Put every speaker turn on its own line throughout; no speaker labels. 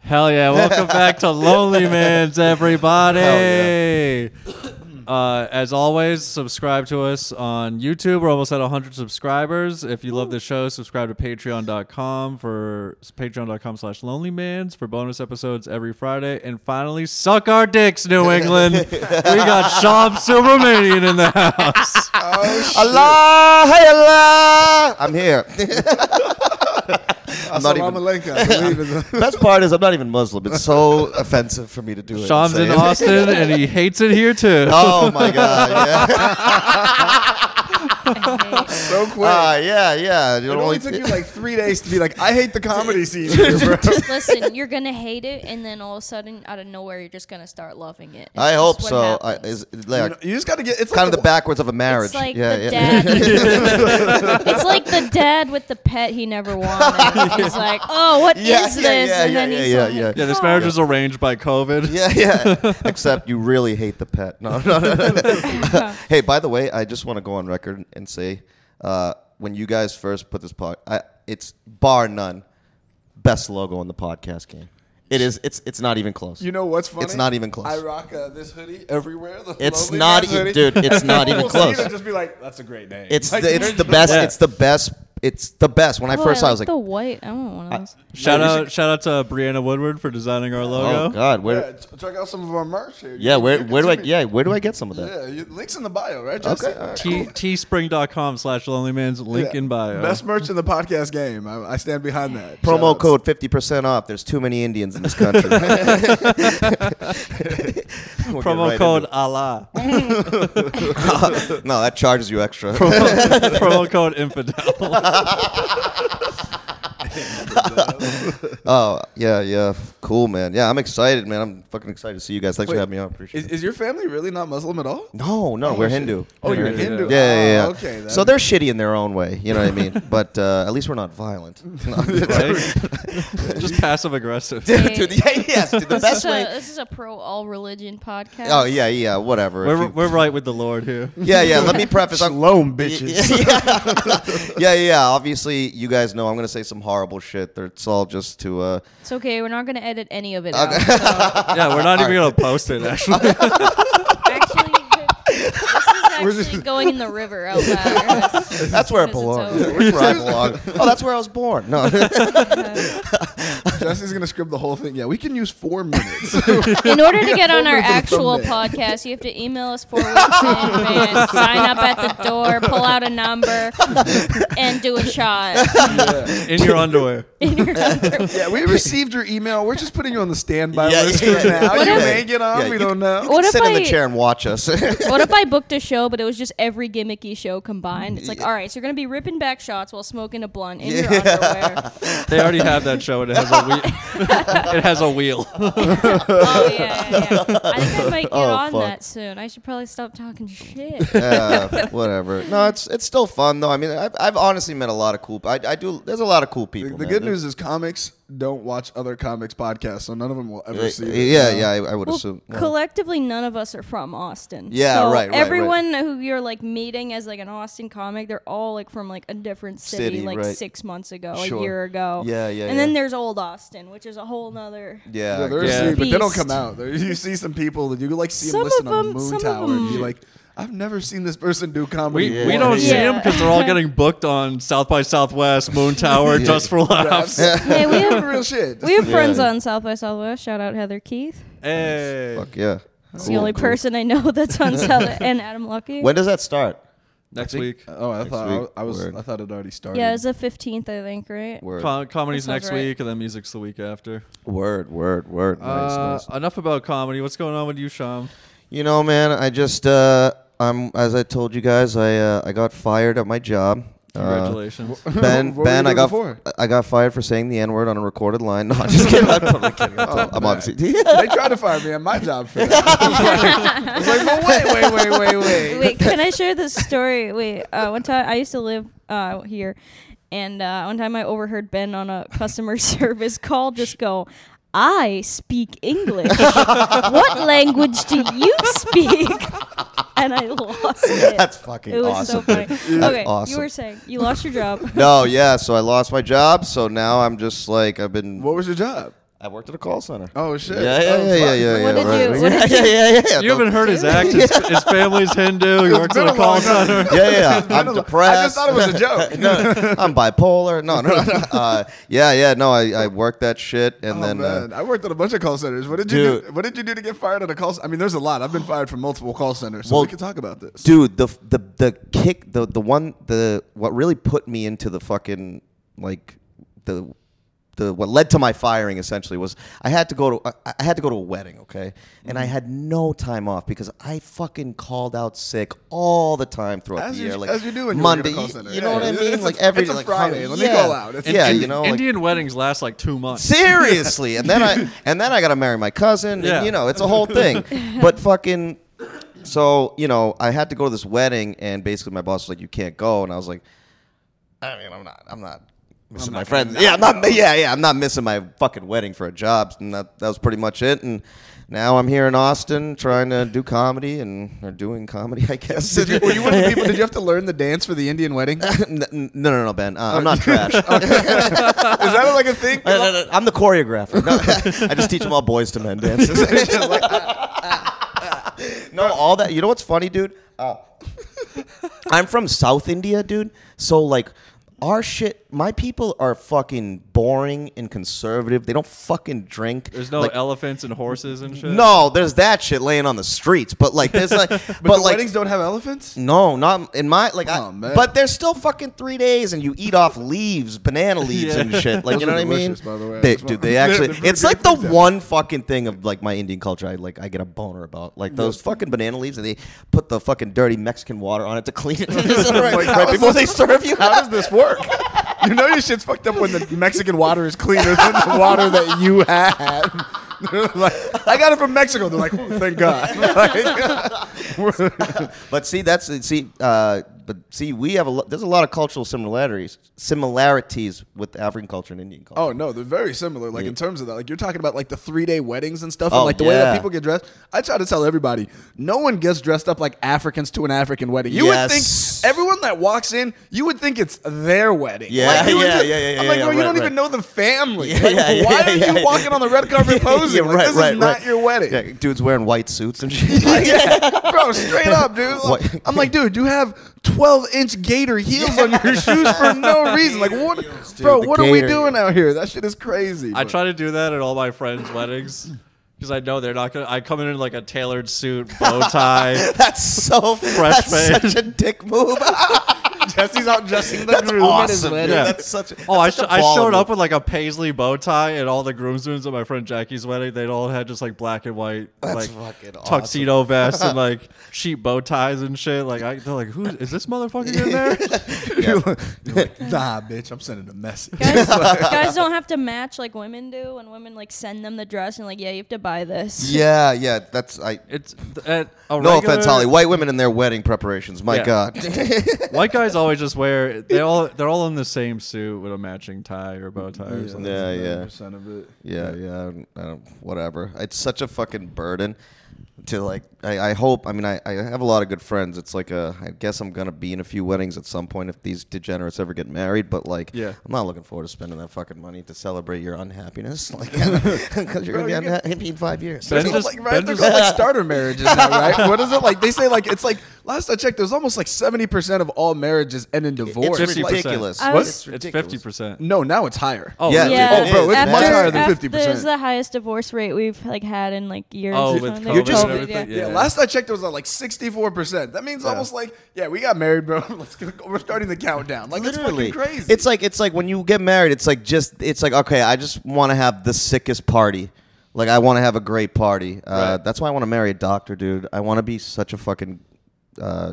Hell yeah. Welcome back to Lonely Mans, everybody. Uh, as always, subscribe to us on YouTube. We're almost at 100 subscribers. If you love the show, subscribe to patreon.com for patreon.com slash lonely mans for bonus episodes every Friday. And finally, suck our dicks, New England. we got Shab Subramanian in the house.
Allah, hey Allah! I'm here. I'm not
Assalamu
even.
alaikum. I believe it's-
Best part is I'm not even Muslim. It's so offensive for me to do it.
Sham's
Say
in
it.
Austin, and he hates it here, too.
Oh my god! Yeah,
so quick.
Ah, yeah, yeah. You
it
don't
only
like-
took you like three days to be like, I hate the comedy scene here, bro.
Listen, you're gonna hate it, and then all of a sudden, out of nowhere, you're just gonna start loving it. It's
I
just
hope
what
so. I,
happens.
is, like,
You, know, you just got to get. It's
kind
like
of the backwards of a marriage.
it's like
yeah,
the
yeah.
dad. it's like the dad with the pet he never wanted. He's like, "Oh, what is
Yeah, yeah,
this?"
yeah,
and then
yeah,
he's
yeah,
like,
yeah.
Yeah, this
"Oh."
marriage was arranged by COVID.
Yeah, yeah. Except you really hate the pet. No, no, no. no. hey, by the way, I just want to go on record and say uh, when you guys first put this pod, I, it's bar none best logo in the podcast game. It is. It's. It's not even close.
You know what's funny?
It's not even close.
I rock uh, this hoodie everywhere. the
It's
Lonely
not
Man's
e-
hoodie.
dude, it's not
People
even
will see it
close.
and just be like, that's a great name.
it's.
Like,
the, it's
there's
the
no-
best.
Yeah.
It's the best. It's the best. When I
Oh,
first,
I
I,
like
was like,
the white. I want one of those.
Shout out, shout out to Brianna Woodward for designing our logo.
Oh God, where?
Yeah, ch- check out some of our merch here. You
Yeah,
can-
where
you can
where do I
see me.
yeah, where do I get some of that?
Yeah, you, links in the bio, right?
Okay,
Jesse?
all right.
T- teespring.com slash lonely man's link
Yeah.
in bio.
Best merch in the podcast game. I, I stand behind that.
Promo
Shoutouts.
code 50% off. There's too many Indians in this country. We'll get
Promo
right
code
into
Allah.
it. no, that charges you extra.
Promo code infidel.
oh, yeah, yeah. Cool, man. Yeah, I'm excited, man. I'm fucking excited to see you guys. Thanks for
Wait,
having me on. Appreciate
Is,
it.
is your family really not Muslim at all?
No, no, we're Hindu.
Oh, you're
Yeah,
Hindu.
Yeah, yeah, yeah.
Ah, okay. Then.
so they're shitty in their own way, you know what I mean? But uh, at least we're not violent. No.
Just passive aggressive.
Dude, yeah, yes, dude, the
This is,
best
a,
way.
this is a pro all religion podcast.
Oh, yeah, yeah, whatever. If
We're,
you-
we're right with the Lord here.
yeah, yeah, let me preface. I'm,
Shalom, bitches.
yeah, yeah. Obviously, you guys know I'm gonna say some horrible shit. They're- It's all just to. Uh,
It's okay. We're not gonna edit any of it out. so-
Yeah, we're not even going to post it, actually.
actually, this is actually
just-
going in the river out loud.
that's where it
Because
belongs.
it's over.
Where I belong. Oh, that's where I was born. No,
Jesse's gonna script the whole thing. Yeah, we can use four minutes.
In order to get on our
Thumbnail.
actual podcast, you have to email us four weeks in advance, sign up at the door, pull out a number, and do a shot.
In your underwear.
In your number.
yeah, we received your email. We're just putting you on the standby
Yeah,
list
yeah,
for
yeah.
now.
What
you
if-
may get on.
Yeah,
we
you-
don't know.
What if
sit in
I-
the chair and watch us.
What if I booked a show, but it was just every gimmicky show combined? It's like, all right, so you're going to be ripping back shots while smoking a blunt in your underwear.
They already have that show, and it has a wheel. it has a wheel.
Oh, yeah, yeah, yeah. I think I might get
Oh,
on
fuck.
that soon. I should probably stop talking shit.
uh, whatever. No, it's it's still fun though. I mean, I've, I've honestly met a lot of cool. I, I do. There's a lot of cool
The,
people.
the
man.
good news is comics don't watch other comics podcasts, so none of them will ever
Uh,
see. this,
yeah,
you
yeah.
know?
I, I would
Well,
assume. Yeah.
collectively, none of us are from Austin.
Yeah,
So
right, right, right.
Everyone who you're like meeting as like an Austin comic, they're all like from like a different city,
City,
like
right.
six months ago,
Sure.
a year ago.
Yeah, yeah,
And then
yeah.
there's old Austin, which is a whole nother.
Yeah,
Yeah, they're
Yeah.
asleep, but they don't
Beast.
come out. They're- You see some people that you like see
Some
them listen
of
on the
them- some
moon
of
tower, and
them-
you're like, I've never seen this person do comedy.
We,
Yeah.
we
before."
don't see
Yeah.
them because they're all getting booked on South by Southwest, Moon Tower, Just for Laughs.
Hey, we have
real shit.
we have
Yeah.
friends on South by Southwest. Shout out Heather Keith.
Hey.
Fuck yeah.
It's the only person I know that's on South and Adam Lucky.
When does that start?
Next week.
Oh, I thought
week.
I, was.
Word.
I thought it already started.
yeah, it's the fifteenth, I think, right?
Word,
Com- comedy's
That sounds
next
right.
week, and then music's the week after.
word, word, word. Nice,
Uh,
nice.
enough about comedy. What's going on with you, Sham?
You know, man, I just uh, I'm as I told you guys, I uh, I got fired at my job. Uh,
Congratulations.
ben,
What were
Ben,
you
I got
doing
I got fired for saying the N word on a recorded line. No, I'm just kidding. I'm totally kidding. I'm,
Oh,
totally- I'm obviously.
they tried to fire me at my job for that. I was like, well, wait, wait, wait, wait, wait.
Wait, can I share this story? Wait, uh, one time I used to live uh, here, and uh, one time I overheard Ben on a customer service call just go, "I speak English. what language do you speak?" And I lost it.
That's fucking
it was
awesome.
so funny.
dude. That's
okay, you
awesome.
were saying you lost your job.
no, yeah. So I lost my job. So now I'm just like I've been.
What was your job?
I worked at a call center.
Oh shit.
Yeah, yeah,
Oh,
yeah, yeah,
fuck.
yeah, yeah.
What did
right.
you- what
yeah,
did you-
yeah, yeah, yeah.
You haven't heard his act. His, his family's Hindu. He works
been
at a
a
call
long time.
center.
Yeah, yeah, yeah.
I
I'm
don't know.
depressed.
I just thought it was a joke.
no, I'm bipolar. No, no, no. Uh, yeah, yeah. No, I, I worked that shit, and
Oh,
then
man.
uh,
I worked at a bunch of call centers. What did you
Dude.
do? What did you do to get fired at a call? c- I mean, there's a lot. I've been fired from multiple call centers, so
Well,
we can talk about this.
dude, the the the kick, the the one, the what really put me into the fucking like the the what led to my firing essentially was I had to go to I, I had to go to a wedding, okay, and I
Mm-hmm.
had no time off because I fucking called out sick all the time throughout
As
the
you-
year, like
as you do when you work
Monday.
at a call
you-
center.
You,
Yeah,
know what I
it's-
mean?
it's a-
like every
it's a
like,
Friday.
how-
Let me
yeah.
call out. It's
And
yeah,
Ind-
you know, like,
Indian weddings last like two months.
Seriously, and then I and then I got to marry my cousin.
Yeah.
And, you know, it's a whole thing. But fucking, so you know, I had to go to this wedding, and basically my boss was like, "You can't go," and I was like, "I mean, I'm not, I'm not missing my friends. Yeah, I'm not. Yeah, yeah, I'm not missing my fucking wedding for a job." And that, that was pretty much it. And now I'm here in Austin trying to do comedy and or doing comedy, I guess.
Did you, were you one of the people? Did you have to learn the dance for the Indian wedding? Is
N- n- no, no, no, Ben. Uh, I'm not trash.
that like a thing?
I- I- I- I'm the choreographer. No, I just teach them all boys to men dances. no, all that. You know what's funny, dude? Uh, I'm from South India, dude. So like. Our shit, my people are fucking boring and conservative. They don't fucking drink.
There's no
like,
elephants and horses and shit.
no. There's that shit laying on the streets, but like, there's like, but,
But the
like,
weddings don't have elephants.
no, not in my like. I,
Oh, man.
But there's still fucking three days, and you eat off leaves, banana leaves,
Yeah.
and shit. Like
Those
you know
are
what I mean?
delicious, by the way.
They,
That's
dude,
why-
they actually.
They're pretty
it's like the
good pizza.
one fucking thing of like my Indian culture. I like. I get a boner about like those fucking banana leaves, and they put the fucking dirty Mexican water on it to clean it right,
Like,
right
how
before
is
they
this-
serve you.
How does this work? You know your shit's fucked up when the Mexican water is cleaner than the water that you have. like, I got it from Mexico. They're like, oh, thank God. Like,
But see, that's see, uh, but see, we have a lo- there's a lot of cultural similarities similarities with African culture and Indian culture.
oh no, they're very similar. Like in terms of that, like you're talking about like the three day weddings and stuff,
Mm. Oh,
and like the way
yeah.
that people get dressed. I try to tell everybody, no one gets dressed up like Africans to an African wedding. You
Yes.
would think everyone that walks in, you would think it's their wedding.
Yeah,
Like, you would
yeah,
just-
yeah, yeah,
I'm
yeah,
like,
yeah,
bro, you
right,
don't
right.
even know the family.
Yeah,
Like,
yeah, yeah,
why are
yeah,
you
yeah.
walking on the red carpet posing?
Yeah,
Like, this is not your wedding.
Yeah, dude's wearing white suits and shit.
yeah, bro, straight up, dude. Like,
What?
I'm like, dude, you have 12 inch gator heels on your shoes for no reason. Like, what, bro?
the
What are we
gator
doing out here? That shit is crazy.
I
bro.
try to do that at all my friends' weddings because I know they're not gonna. I come in in like a tailored suit, bow tie.
That's so
Fresh
That's
face.
such a dick move.
Jesse's out dressing the
That's
groom at his
awesome.
wedding.
dude.
Yeah.
That's such.
Oh, I,
that's
sh-
such a
I
baller
showed
move.
up with like a paisley bow tie, and all the groomsmen at my friend Jackie's wedding, they all had just like black and white,
That's
like
fucking awesome.
tuxedo vests and like sheep bow ties and shit. Like I, they're like, who is this motherfucker in there?
You're like, nah, bitch, I'm sending a message.
Guys, guys don't have to match like women do when women like send them the dress and like yeah you have to buy this.
Yeah, yeah. That's I.
It's at a
No
regular-
offense, Holly. White women in their wedding preparations. My
Yeah.
God.
White guys always just wear they all they're all in the same suit with a matching tie or bow tie or something.
Yeah, yeah.
Percent of it.
Yeah, yeah, I don't- I don't- whatever. It's such a fucking burden to like. I, I hope. I mean, I, I have a lot of good friends. It's like a. I guess I'm gonna be in a few weddings at some point if these degenerates ever get married. But like,
Yeah.
I'm not looking forward to spending that fucking money to celebrate your unhappiness. Like, because you're gonna be
you get-
unhappy in five years.
Ben
They're
just-
called, like, right?
Ben
They're
just-
called, like starter marriages now, right? What is it like? They say like it's like last I checked, there's almost like 70 percent of all marriages end in divorce.
It's
50%.
ridiculous.
I was-
It's
It's
ridiculous.
fifty percent.
no, now it's higher.
Oh
Yeah,
really?
dude,
Yeah,
it Oh, bro, it's
after,
much higher
than 50%.
This is the highest divorce rate we've like had in like years.
Oh,
or
with
something.
COVID
You're just- and
everything?
Yeah.
Yeah.
last I checked, it was at like sixty-four percent. That means almost like, yeah, we got married, bro. Let's go, we're starting the countdown. Like,
Literally,
it's fucking crazy.
It's like it's like when you get married. It's like just it's like okay, I just want to have the sickest party. Like I want to have a great party. Uh,
Right.
That's why I want to marry a doctor, dude. I want to be such a fucking. Uh,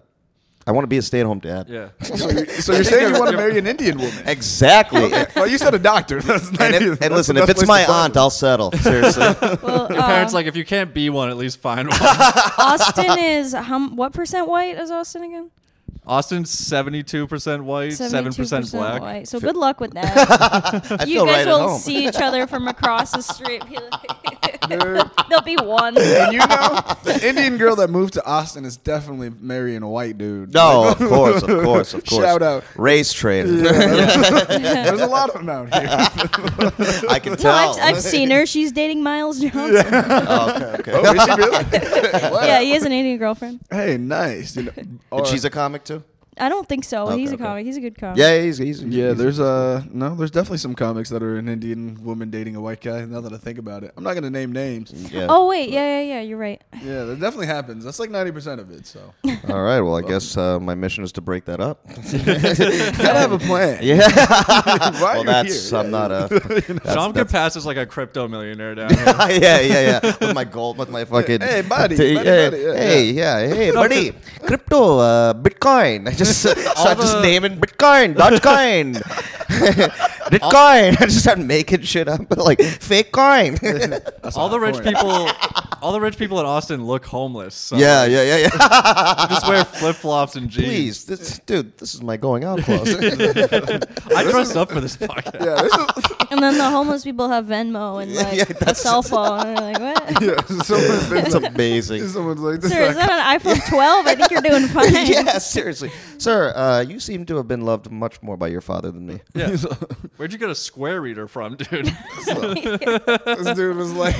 I want to be a stay-at-home dad.
Yeah.
so, you're, so you're saying you want to marry an Indian woman?
Exactly. And-
well, you said a doctor. That's not
and, if-
even-
and
that's
listen,
the
if
best
it's
place
my
to find
aunt, I'll settle. Seriously.
Well,
Your parents
uh,
like if you can't be one, at least find one.
Austin is how, what percent white is Austin again?
Austin's seventy two percent white, seven
72%
percent black.
White. So good luck with that.
I
you
feel
guys
right at
will
home.
see each other from across the street. Be like- There'll be one.
And you know, the Indian girl that moved to Austin is definitely marrying a white dude.
No, of course, of course, of course.
Shout out.
Race trader.
There's a lot of them out here.
I can
No,
tell.
I've, I've seen her. She's dating Miles Johnson. Yeah,
oh, is she really?
he has an Indian girlfriend.
hey, nice. You know,
And
or-
she's a comic too.
I don't think so.
Okay,
he's a
okay.
comic. He's a good comic.
Yeah, he's, he's
yeah,
he's-
there's uh no, there's definitely some comics that are an Indian woman dating a white guy. Now that I think about it, I'm not gonna name names.
yeah.
Oh wait, yeah, yeah, yeah. You're right.
Yeah, that definitely happens. That's like ninety percent of it. So
All right. Well, I guess uh, my mission is to break that up.
gotta have a plan.
yeah.
Why are
well,
you
that's
here?
I'm not a.
Sean could pass as like a crypto millionaire down here.
yeah, yeah, yeah. With my gold, with my fucking.
Hey, buddy,
Hey,
buddy,
hey,
buddy, yeah,
hey, yeah, hey, buddy. Crypto, uh, Bitcoin. I just start just
the-
naming Bitcoin, Dogecoin, Bitcoin. I just start making shit up, like fake coin. yeah,
all the rich
point.
people, all the rich people in Austin look homeless. So
yeah, yeah, yeah.
just wear flip flops and jeans.
Please, this, dude, this is my going out clothes.
I dressed up for this podcast.
Yeah, this is,
And then the homeless people have Venmo and like a cell phone. And they're like, what?
yeah, someone's been
That's amazing.
Someone's like, this
Sir, is
is like,
that an iPhone 12? I think you're doing fine.
yeah, seriously, sir. Uh, you seem to have been loved much more by your father than me.
Yeah. Where'd you get a square reader from, dude?
this dude was like,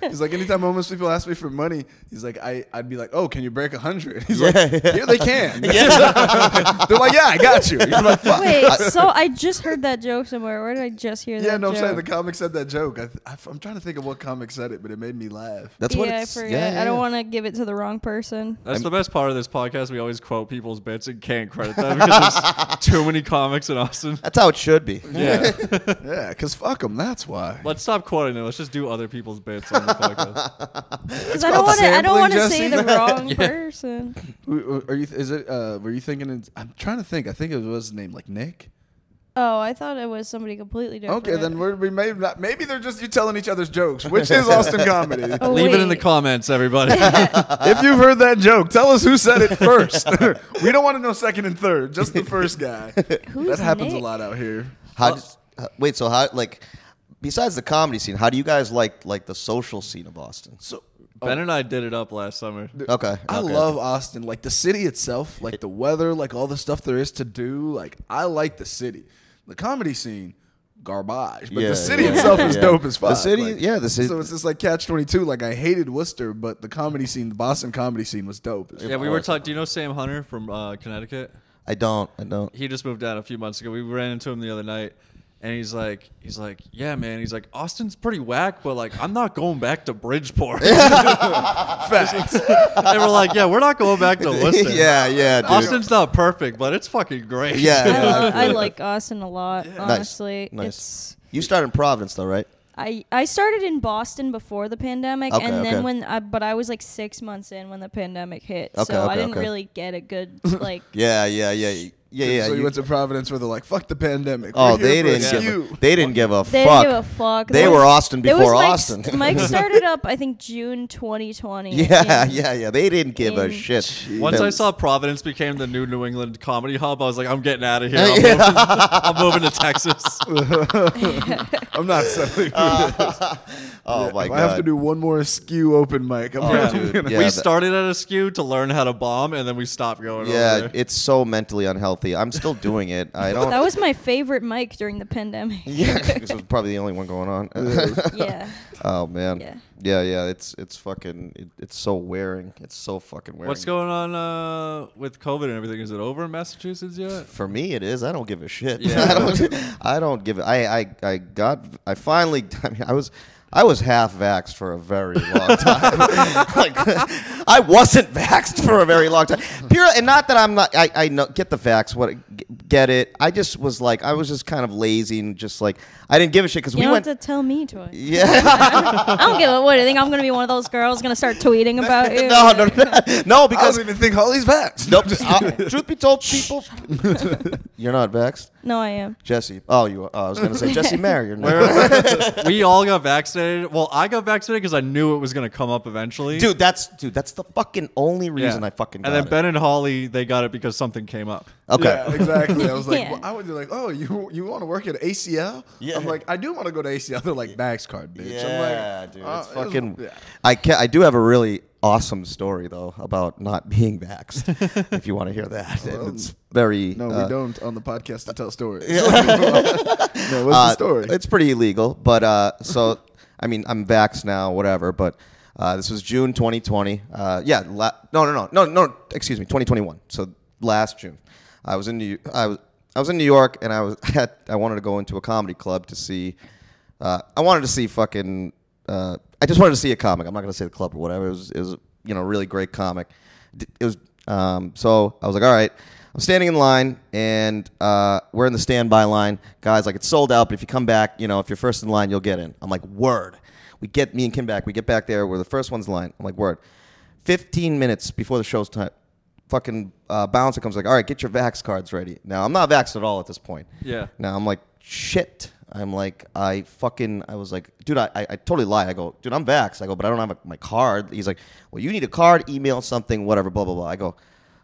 he's like, anytime homeless people ask me for money, he's like, I, I'd be like, oh, can you break a hundred? He's like,
Yeah.
yeah, they can. They're like, yeah, I got you. You're like, fuck.
Wait, so I just heard that joke somewhere. Where did I just hear
Yeah,
that?
no, I'm
joke?
saying the comic said that joke. I, I, am trying to think of what comic said it, but it made me laugh.
That's what
yeah, I
it's.
forget.
yeah, yeah,
I don't
yeah.
want to give it to the wrong person.
That's the best part of this podcast. We always quote people's bits and can't credit them because there's too many comics in Austin.
That's how it should be.
Yeah.
Yeah, because fuck them. That's why.
Let's stop quoting it. Let's just do other people's bits on the podcast.
Because I don't
called
want to. I don't
sampling,
want to say
Jesse.
the wrong person.
Who- Are you? Is it? Uh, were you thinking? It's, I'm trying to think. I think it was his name, like Nick.
Oh, I thought it was somebody completely different.
Okay, then we're, we may not. Maybe they're just you telling each other's jokes, which is Austin comedy.
Oh,
Leave it in the
wait.
comments, everybody.
If you've heard that joke, tell us who said it first. we don't want to know second and third, just the first guy.
Who's
that happens
Nick?
a lot out here.
How? does- uh, wait. So how? Like, besides the comedy scene, how do you guys like like the social scene of Boston?
So oh,
ben and I did it up last summer.
Okay.
I
okay.
love Austin, like the city itself, like the weather, like all the stuff there is to do. Like I like the city. The comedy scene, garbage, but
Yeah,
the city
yeah,
itself is
yeah.
dope as fuck.
The city-
like-
yeah, the city-
So it's just like catch twenty two. Like I hated Worcester, but the comedy scene, the Boston comedy scene, was dope. as
Yeah,
fuck.
we were talking. Do you know Sam Hunter from uh, Connecticut?
I don't. I don't.
he just moved out a few months ago. We ran into him the other night, and he's like, he's like, yeah, man. He's like, Austin's pretty whack, but like, I'm not going back to Bridgeport. and
facts.
we're like, yeah, we're not going back to Liston.
yeah. Yeah. Dude.
Austin's not perfect, but it's fucking great.
Yeah.
I, love,
feel
I
that.
like Austin a lot. Honestly,
Nice.
it's.
You started in Providence though, right?
I, I started in Boston before the pandemic,
Okay,
and then
okay.
when I, but I was like six months in when the pandemic hit,
Okay,
so
okay,
I didn't
okay.
really get a good like.
Yeah. Yeah. Yeah. y- Yeah. Yeah.
so you,
you-
went to Providence where they're like, "Fuck the pandemic."
oh,
We're
they
here for
didn't.
you.
Give a, they didn't give a
They
fuck.
didn't give a fuck.
They
There
were
was-
Austin
there
before
was
Austin.
Mike, Mike started up, I think June 2020.
yeah.
and-
Yeah. Yeah. They didn't give a
In-
shit.
Once
They-
I saw Providence became the new New England comedy hub, I was like, I'm getting out of here. I'm, moving, I'm moving to Texas.
I'm not settling. for this.
Uh, Oh my god.
if
Oh,
I have to do one more skew open mic, I'm not
dude,
gonna-
yeah,
we
that-
started at a skew to learn how to bomb, and then we stopped going.
Yeah,
over there.
it's so mentally unhealthy. I'm still doing it. I don't.
That was my favorite mic during the pandemic.
yeah, this was probably the only one going on.
yeah.
oh man.
Yeah.
yeah, yeah, It's it's fucking. It, it's so wearing. It's so fucking wearing.
What's going on uh, with COVID and everything? Is it over in Massachusetts yet?
For me, it is. I don't give a shit.
Yeah.
I don't. I don't give. a- I I I got. I finally. I mean, I was. I was half vaxxed for a very long time. like, I wasn't vaxxed for a very long time. Pure, and not that I'm not. I, I know, get the vax. What get it? I just was like, I was just kind of lazy and just like I didn't give a shit because
You
we
don't
went.
have to tell me twice.
yeah,
I don't give a what. I think I'm gonna be one of those girls gonna start tweeting about you.
no, no, no, no,
I
because
don't even think Holly's vaxxed.
nope. uh, truth be told, people, you're not vaxxed,
No, I am.
Jesse. Oh, you. Are, oh, I was gonna say Jesse Mayer. You're not.
Where- we all got vaccinated. Well, I got vaccinated because I knew it was going to come up eventually.
dude. That's dude. That's the fucking only reason I fucking. Got
And then
it.
Ben and Holly, they got it because something came up.
Okay.
Yeah, exactly. I was like,
Yeah.
well, I would be like, oh, you you want to work at ACL?
Yeah.
I'm like, I do want to go to ACL. They're like, Max card, bitch.
Yeah,
I'm like,
dude,
"Uh,
it's fucking.
yeah."
I can I do have a really awesome story though about not being vaxxed. if you want to hear that, And
Well,
it's very.
No,
uh,
we don't on the podcast to tell stories. no, what's the
uh,
story?
It's pretty illegal, but uh, so I mean, I'm vaxxed now, whatever. But uh, this was June 2020. Uh, yeah, la- no, no, no, no, no. Excuse me, 2021. So last June, I was in New I was I was in New York, and I was had, I wanted to go into a comedy club to see. Uh, I wanted to see fucking. Uh, I just wanted to see a comic. I'm not gonna say the club or whatever. It was it was you know a really great comic. D- It was um, so I was like, all right. I'm standing in line, and uh, we're in the standby line. Guys, like it's sold out, but if you come back, you know, if you're first in line, you'll get in. I'm like, word. We get me and Kim back. We get back there. We're the first ones in line. I'm like, word. 15 minutes before the show's time, fucking uh, bouncer comes like, all right, get your vax cards ready. Now I'm not vaxxed at all at this point.
Yeah.
Now I'm like, shit. I'm like, I fucking, I was like, dude, I, I, I totally lie. I go, dude, I'm vaxxed. I go, but I don't have a, my card. He's like, well, you need a card, email something, whatever, blah, blah, blah. I go,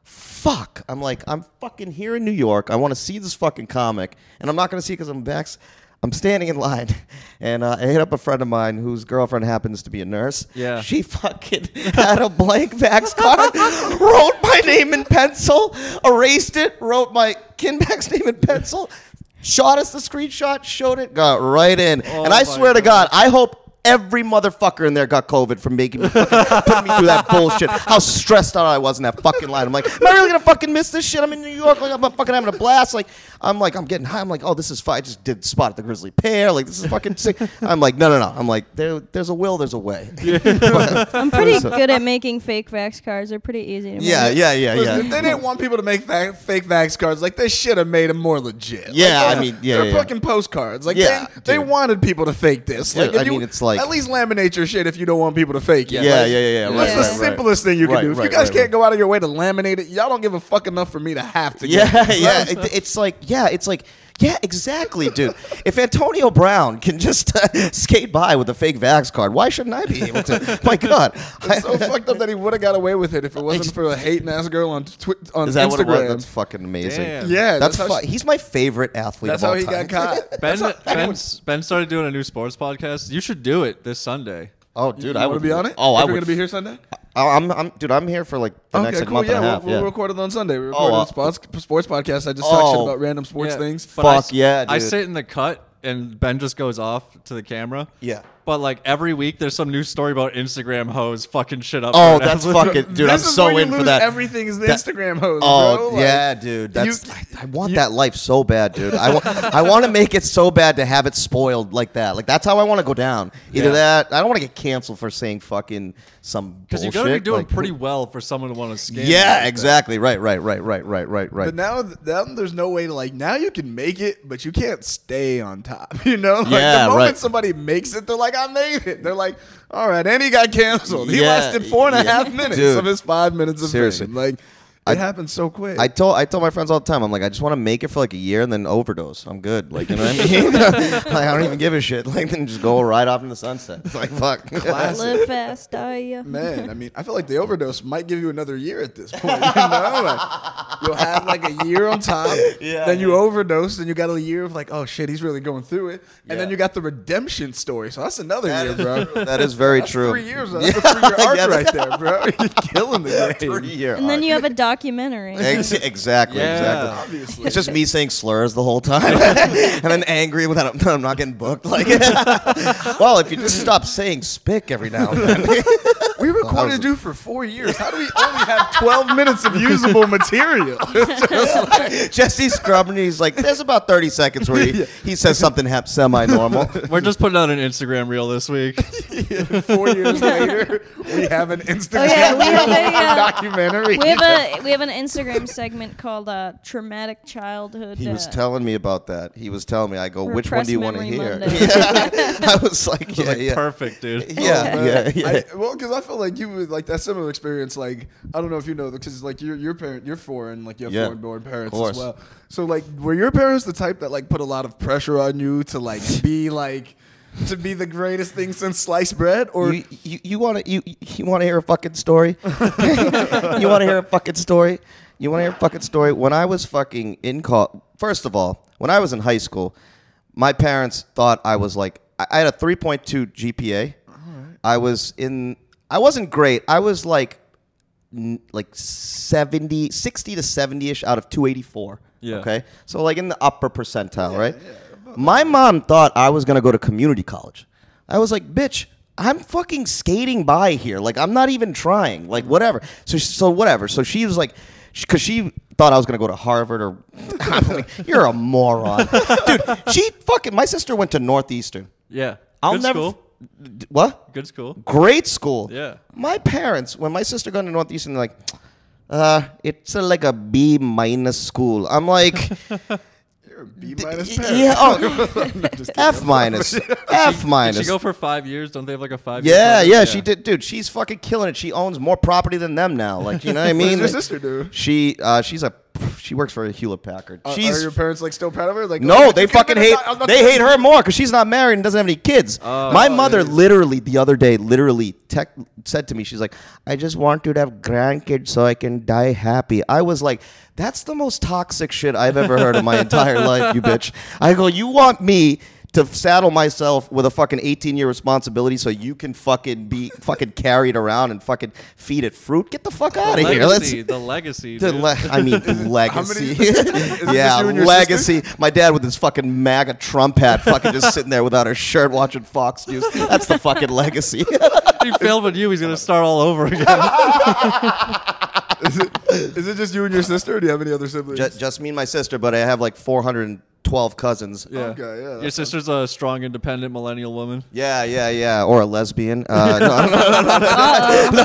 fuck. I'm like, I'm fucking here in New York. I want to see this fucking comic, and I'm not going to see it because I'm vaxxed. I'm standing in line, and uh, I hit up a friend of mine whose girlfriend happens to be a nurse.
Yeah.
She fucking had a blank vax card, wrote my name in pencil, erased it, wrote my Kinback's name in pencil, shot us the screenshot, showed it, got right in. and I
my
swear to God, I hope every motherfucker in there got COVID from making me fucking putting me through that bullshit. How stressed out I was in that fucking line. I'm like, am I really gonna fucking miss this shit? I'm in New York, like I'm fucking having a blast. Like I'm like I'm getting high. I'm like, oh, this is fine. I just did spot at the Grizzly Pear. Like this is fucking sick. I'm like, no, no, no. I'm like, there, there's a will, there's a way.
I'm pretty good at making fake fax cards. They're pretty easy to make.
Yeah, yeah, yeah,
Listen, if
yeah.
they didn't want people to make fa- fake vax cards. Like they should have made them more legit.
Yeah,
Like,
I mean, yeah,
they're
yeah, yeah.
fucking postcards. Like
Yeah,
they, they
dude.
wanted people to fake this. Like
Yeah,
if
I
you-
mean, it's like-
at least laminate your shit if you don't want people to fake it.
Yeah,
Like,
yeah, yeah, yeah,
That's
right,
the
right,
right.
simplest thing you can
Right,
do. If you
right,
guys
right,
can't
right.
go out of your way to laminate it, y'all don't give a fuck enough for me to have to. get
Yeah,
it.
yeah. It, it's like, yeah, it's like, yeah, exactly, dude. If Antonio Brown can just uh, skate by with a fake Vax card, why shouldn't I be able to? My God, I,
It's so fucked up that he would have got away with it if it wasn't for a hating ass girl on twi- on
is that what it was?
Instagram.
That's fucking amazing.
Damn.
yeah,
that's,
how
fu-
she-
he's my favorite athlete.
that's
of
how
all
he
time.
got caught.
Ben, ben, ben started doing a new sports podcast. You should do it this Sunday.
Oh, dude, I
you
would
want to be on it?
Oh,
if
I
you're
would.
gonna be here Sunday.
Oh, I'm, I'm, dude, I'm here for like the next like, month
yeah,
and a
we'll-
half.
We'll,
yeah.
record it on Sunday. We recorded
uh,
a sports, sports podcast. I just talked shit
Oh,
about random sports
Yeah,
things.
but I
Fuck
s-
yeah,
I
dude.
sit in the cut and Ben just goes off to the camera.
Yeah.
But like every week there's some new story about Instagram hoes fucking shit up.
Oh,
for an
that's
athlete.
fucking, dude. I'm
This is
so
where you
in for
lose
that.
Everything is the
That-
Instagram hose.
Oh
bro. Like,
yeah, dude. That's
you-
I, I want that life so bad, dude. I want I want to make it so bad to have it spoiled like that. Like that's how I want to go down. Either
Yeah.
that, I don't want to get canceled for saying fucking some
Because
bullshit.
you gotta be doing
like-
pretty well for someone to want to scam. you like
Yeah,
that.
exactly. Right, right, right, right, right, right, right.
But now, th- now there's no way to like. Now you can make it, but you can't stay on top. You know, like
Yeah,
the moment
right.
somebody makes it, they're like, "I made it." They're like, "All right," and he got canceled. He
Yeah,
lasted four and a
yeah.
half minutes
Dude.
of his five minutes of
Seriously.
fame. Like, it
I-
happened so quick.
I told I told my friends all the time. I'm like, I just want to make it for like a year and then overdose. I'm good. Like you know what I mean? like, I don't even give a shit. Like then just go right off in the sunset. It's like fuck.
Classic.
Live fast, die young.
Man, I mean, I feel like the overdose might give you another year at this point. You know? Like, you'll have like a year on top, then you overdose, and you got a year of like, oh shit, he's really going through it, and then
Yeah.
you got the redemption story. So that's another year, bro.
that is very
That's
true.
Three years. That's a three-year arc
Yeah.
right there, bro. You're killing the game.
Three Oh, year.
And then
arc.
you have a documentary.
Ex- exactly.
Yeah.
Exactly.
Obviously,
It's just me saying slurs the whole time, and then angry without I'm not getting booked. Like, well, if you just stop saying spick every now and then, Oh,
we recorded you for four years. How do we only have 12 minutes of usable material? It's just like-
Jesse scrubbing, he's like, there's about 30 seconds where he, he says something hap semi-normal.
We're just putting out an Instagram reel this week.
four years later, we have an
Oh,
Instagram
yeah, we have a, uh,
documentary.
we have a we have an Instagram segment called uh, "Traumatic Childhood."
He was
uh,
telling me about that. He was telling me, I go, which one do you want to
Repressed
hear?
Memory
Yeah. I was like, yeah,
like,
yeah,
Perfect, Oh, dude.
yeah, yeah, yeah.
Oh, I, well, because I feel like you would like that similar experience. Like I don't know if you know, because like your your parent, you're foreign, like you have
Yeah,
foreign-born parents
course.
as well. So like, were your parents the type that like put a lot of pressure on you to like be like? to be the greatest thing since sliced bread? Or
you, you, you want to you, you want to hear a fucking story? you want to hear a fucking story? You want to hear a fucking story? When I was fucking in call, first of all, when I was in high school, my parents thought I was like I, I had a 3.2 GPA. I was in I wasn't great. I was like n- like 70 60 to 70ish out of 284.
Yeah.
Okay? So like in the upper percentile, right? My mom thought I was gonna go to community college. I was like, bitch, I'm fucking skating by here. Like I'm not even trying. Like whatever. So so whatever. So she was like, because she thought I was gonna go to Harvard or I'm like, you're a moron, dude. She fucking my sister went to Northeastern.
Yeah.
I'll
Good
never.
School.
d- What?
Good school.
Great school.
Yeah.
My parents, when my sister got to Northeastern, they're like, uh, it's a, like a B minus school. I'm like,
B minus
y-
parent.
yeah, oh, F minus, F
Did
minus.
she go for five years? Don't they have like a five?
yeah, yeah, she did, dude. She's fucking killing it. She owns more property than them now. Like, you know what I mean?
does your
Like,
sister do?
She, uh, she's a, she works for Hewlett Packard.
Are-
she's
are your parents like still proud of her? Like
No, Oh,
oh,
they
you could've
fucking
been a
hate.
doc- I'm not-
They hate her more because she's not married and doesn't have any kids. My mother literally the other day literally tech said to me, she's like, "I just want you to have grandkids so I can die happy." I was like, "That's the most toxic shit I've ever heard in my entire life, you bitch." I go, "You want me?" To saddle myself with a fucking 18 year responsibility so you can fucking be fucking carried around and fucking feed it fruit? Get the fuck out of here. Let's,
Legacy, the legacy.
the
dude.
le- I mean, legacy.
it
yeah,
just you and your
legacy. My dad with his fucking MAGA Trump hat, fucking just sitting there without a shirt watching Fox News. That's the fucking legacy.
he failed with you. He's gonna start all over again.
Is it, is it just you and your sister? Or do you have any other siblings?
just, just me and my sister, but I have like 412 cousins.
yeah.
Okay, yeah,
Your
that's-
sister's a strong, independent millennial woman.
Yeah, yeah, yeah. Or a lesbian. Uh, no, no, no, no, no, no, no,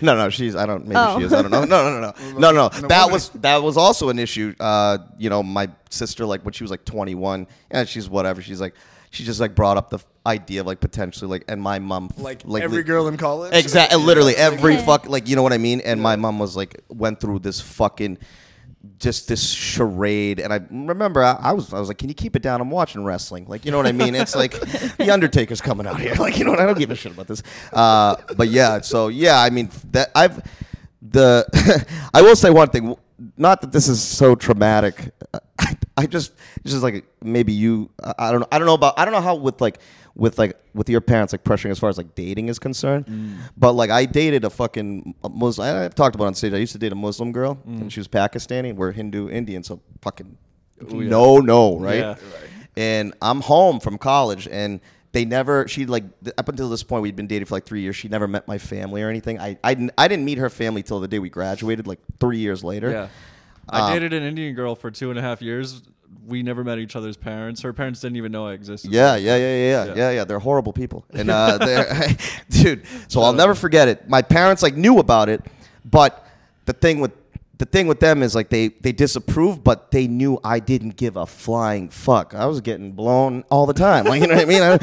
no, no. She's. I don't. Maybe
Oh.
she is. I don't know. No, no, no, no, no, no. That was that was also an issue. Uh, you know, my sister, like when she was like 21, and she's whatever. She's like, she just like brought up the idea of like potentially like, and my mom
like, every
li-
girl in college.
Exactly. Literally every
Okay.
fuck. Like you know what I mean. And my mom was like went through this fucking. Just this charade, and I remember I, I was I was like, "Can you keep it down? I'm watching wrestling." Like, you know what I mean? It's like the Undertaker's coming out here. Like, you know what? I don't give a shit about this. Uh, but yeah, so yeah, I mean that I've the I will say one thing. Not that this is so traumatic. I, I just it's just like maybe you. I I don't know. I don't know about. I don't know how with like with like with your parents like pressuring as far as like dating is concerned.
Mm.
But like I dated a fucking a Muslim. I- I've talked about it on stage. I used to date a Muslim girl,
Mm.
and she was Pakistani. We're Hindu Indian, so fucking
Ooh, Oh, yeah.
no, no, right?
Yeah. Right.
And I'm home from college, and they never. She like th- up until this point, we'd been dating for like three years. She never met my family or anything. I I didn't, I didn't meet her family till the day we graduated, like three years later.
Yeah.
Uh,
I dated an Indian girl for two and a half years. We never met each other's parents. Her parents didn't even know I existed.
Yeah, yeah, yeah, yeah,
Yeah.
yeah, yeah, yeah. They're horrible people, and uh, they're, dude. So I'll never forget it. My parents like knew about it, but the thing with the thing with them is like they they disapprove, but they knew I didn't give a flying fuck. I was getting blown all the time. Like you know what I mean? I,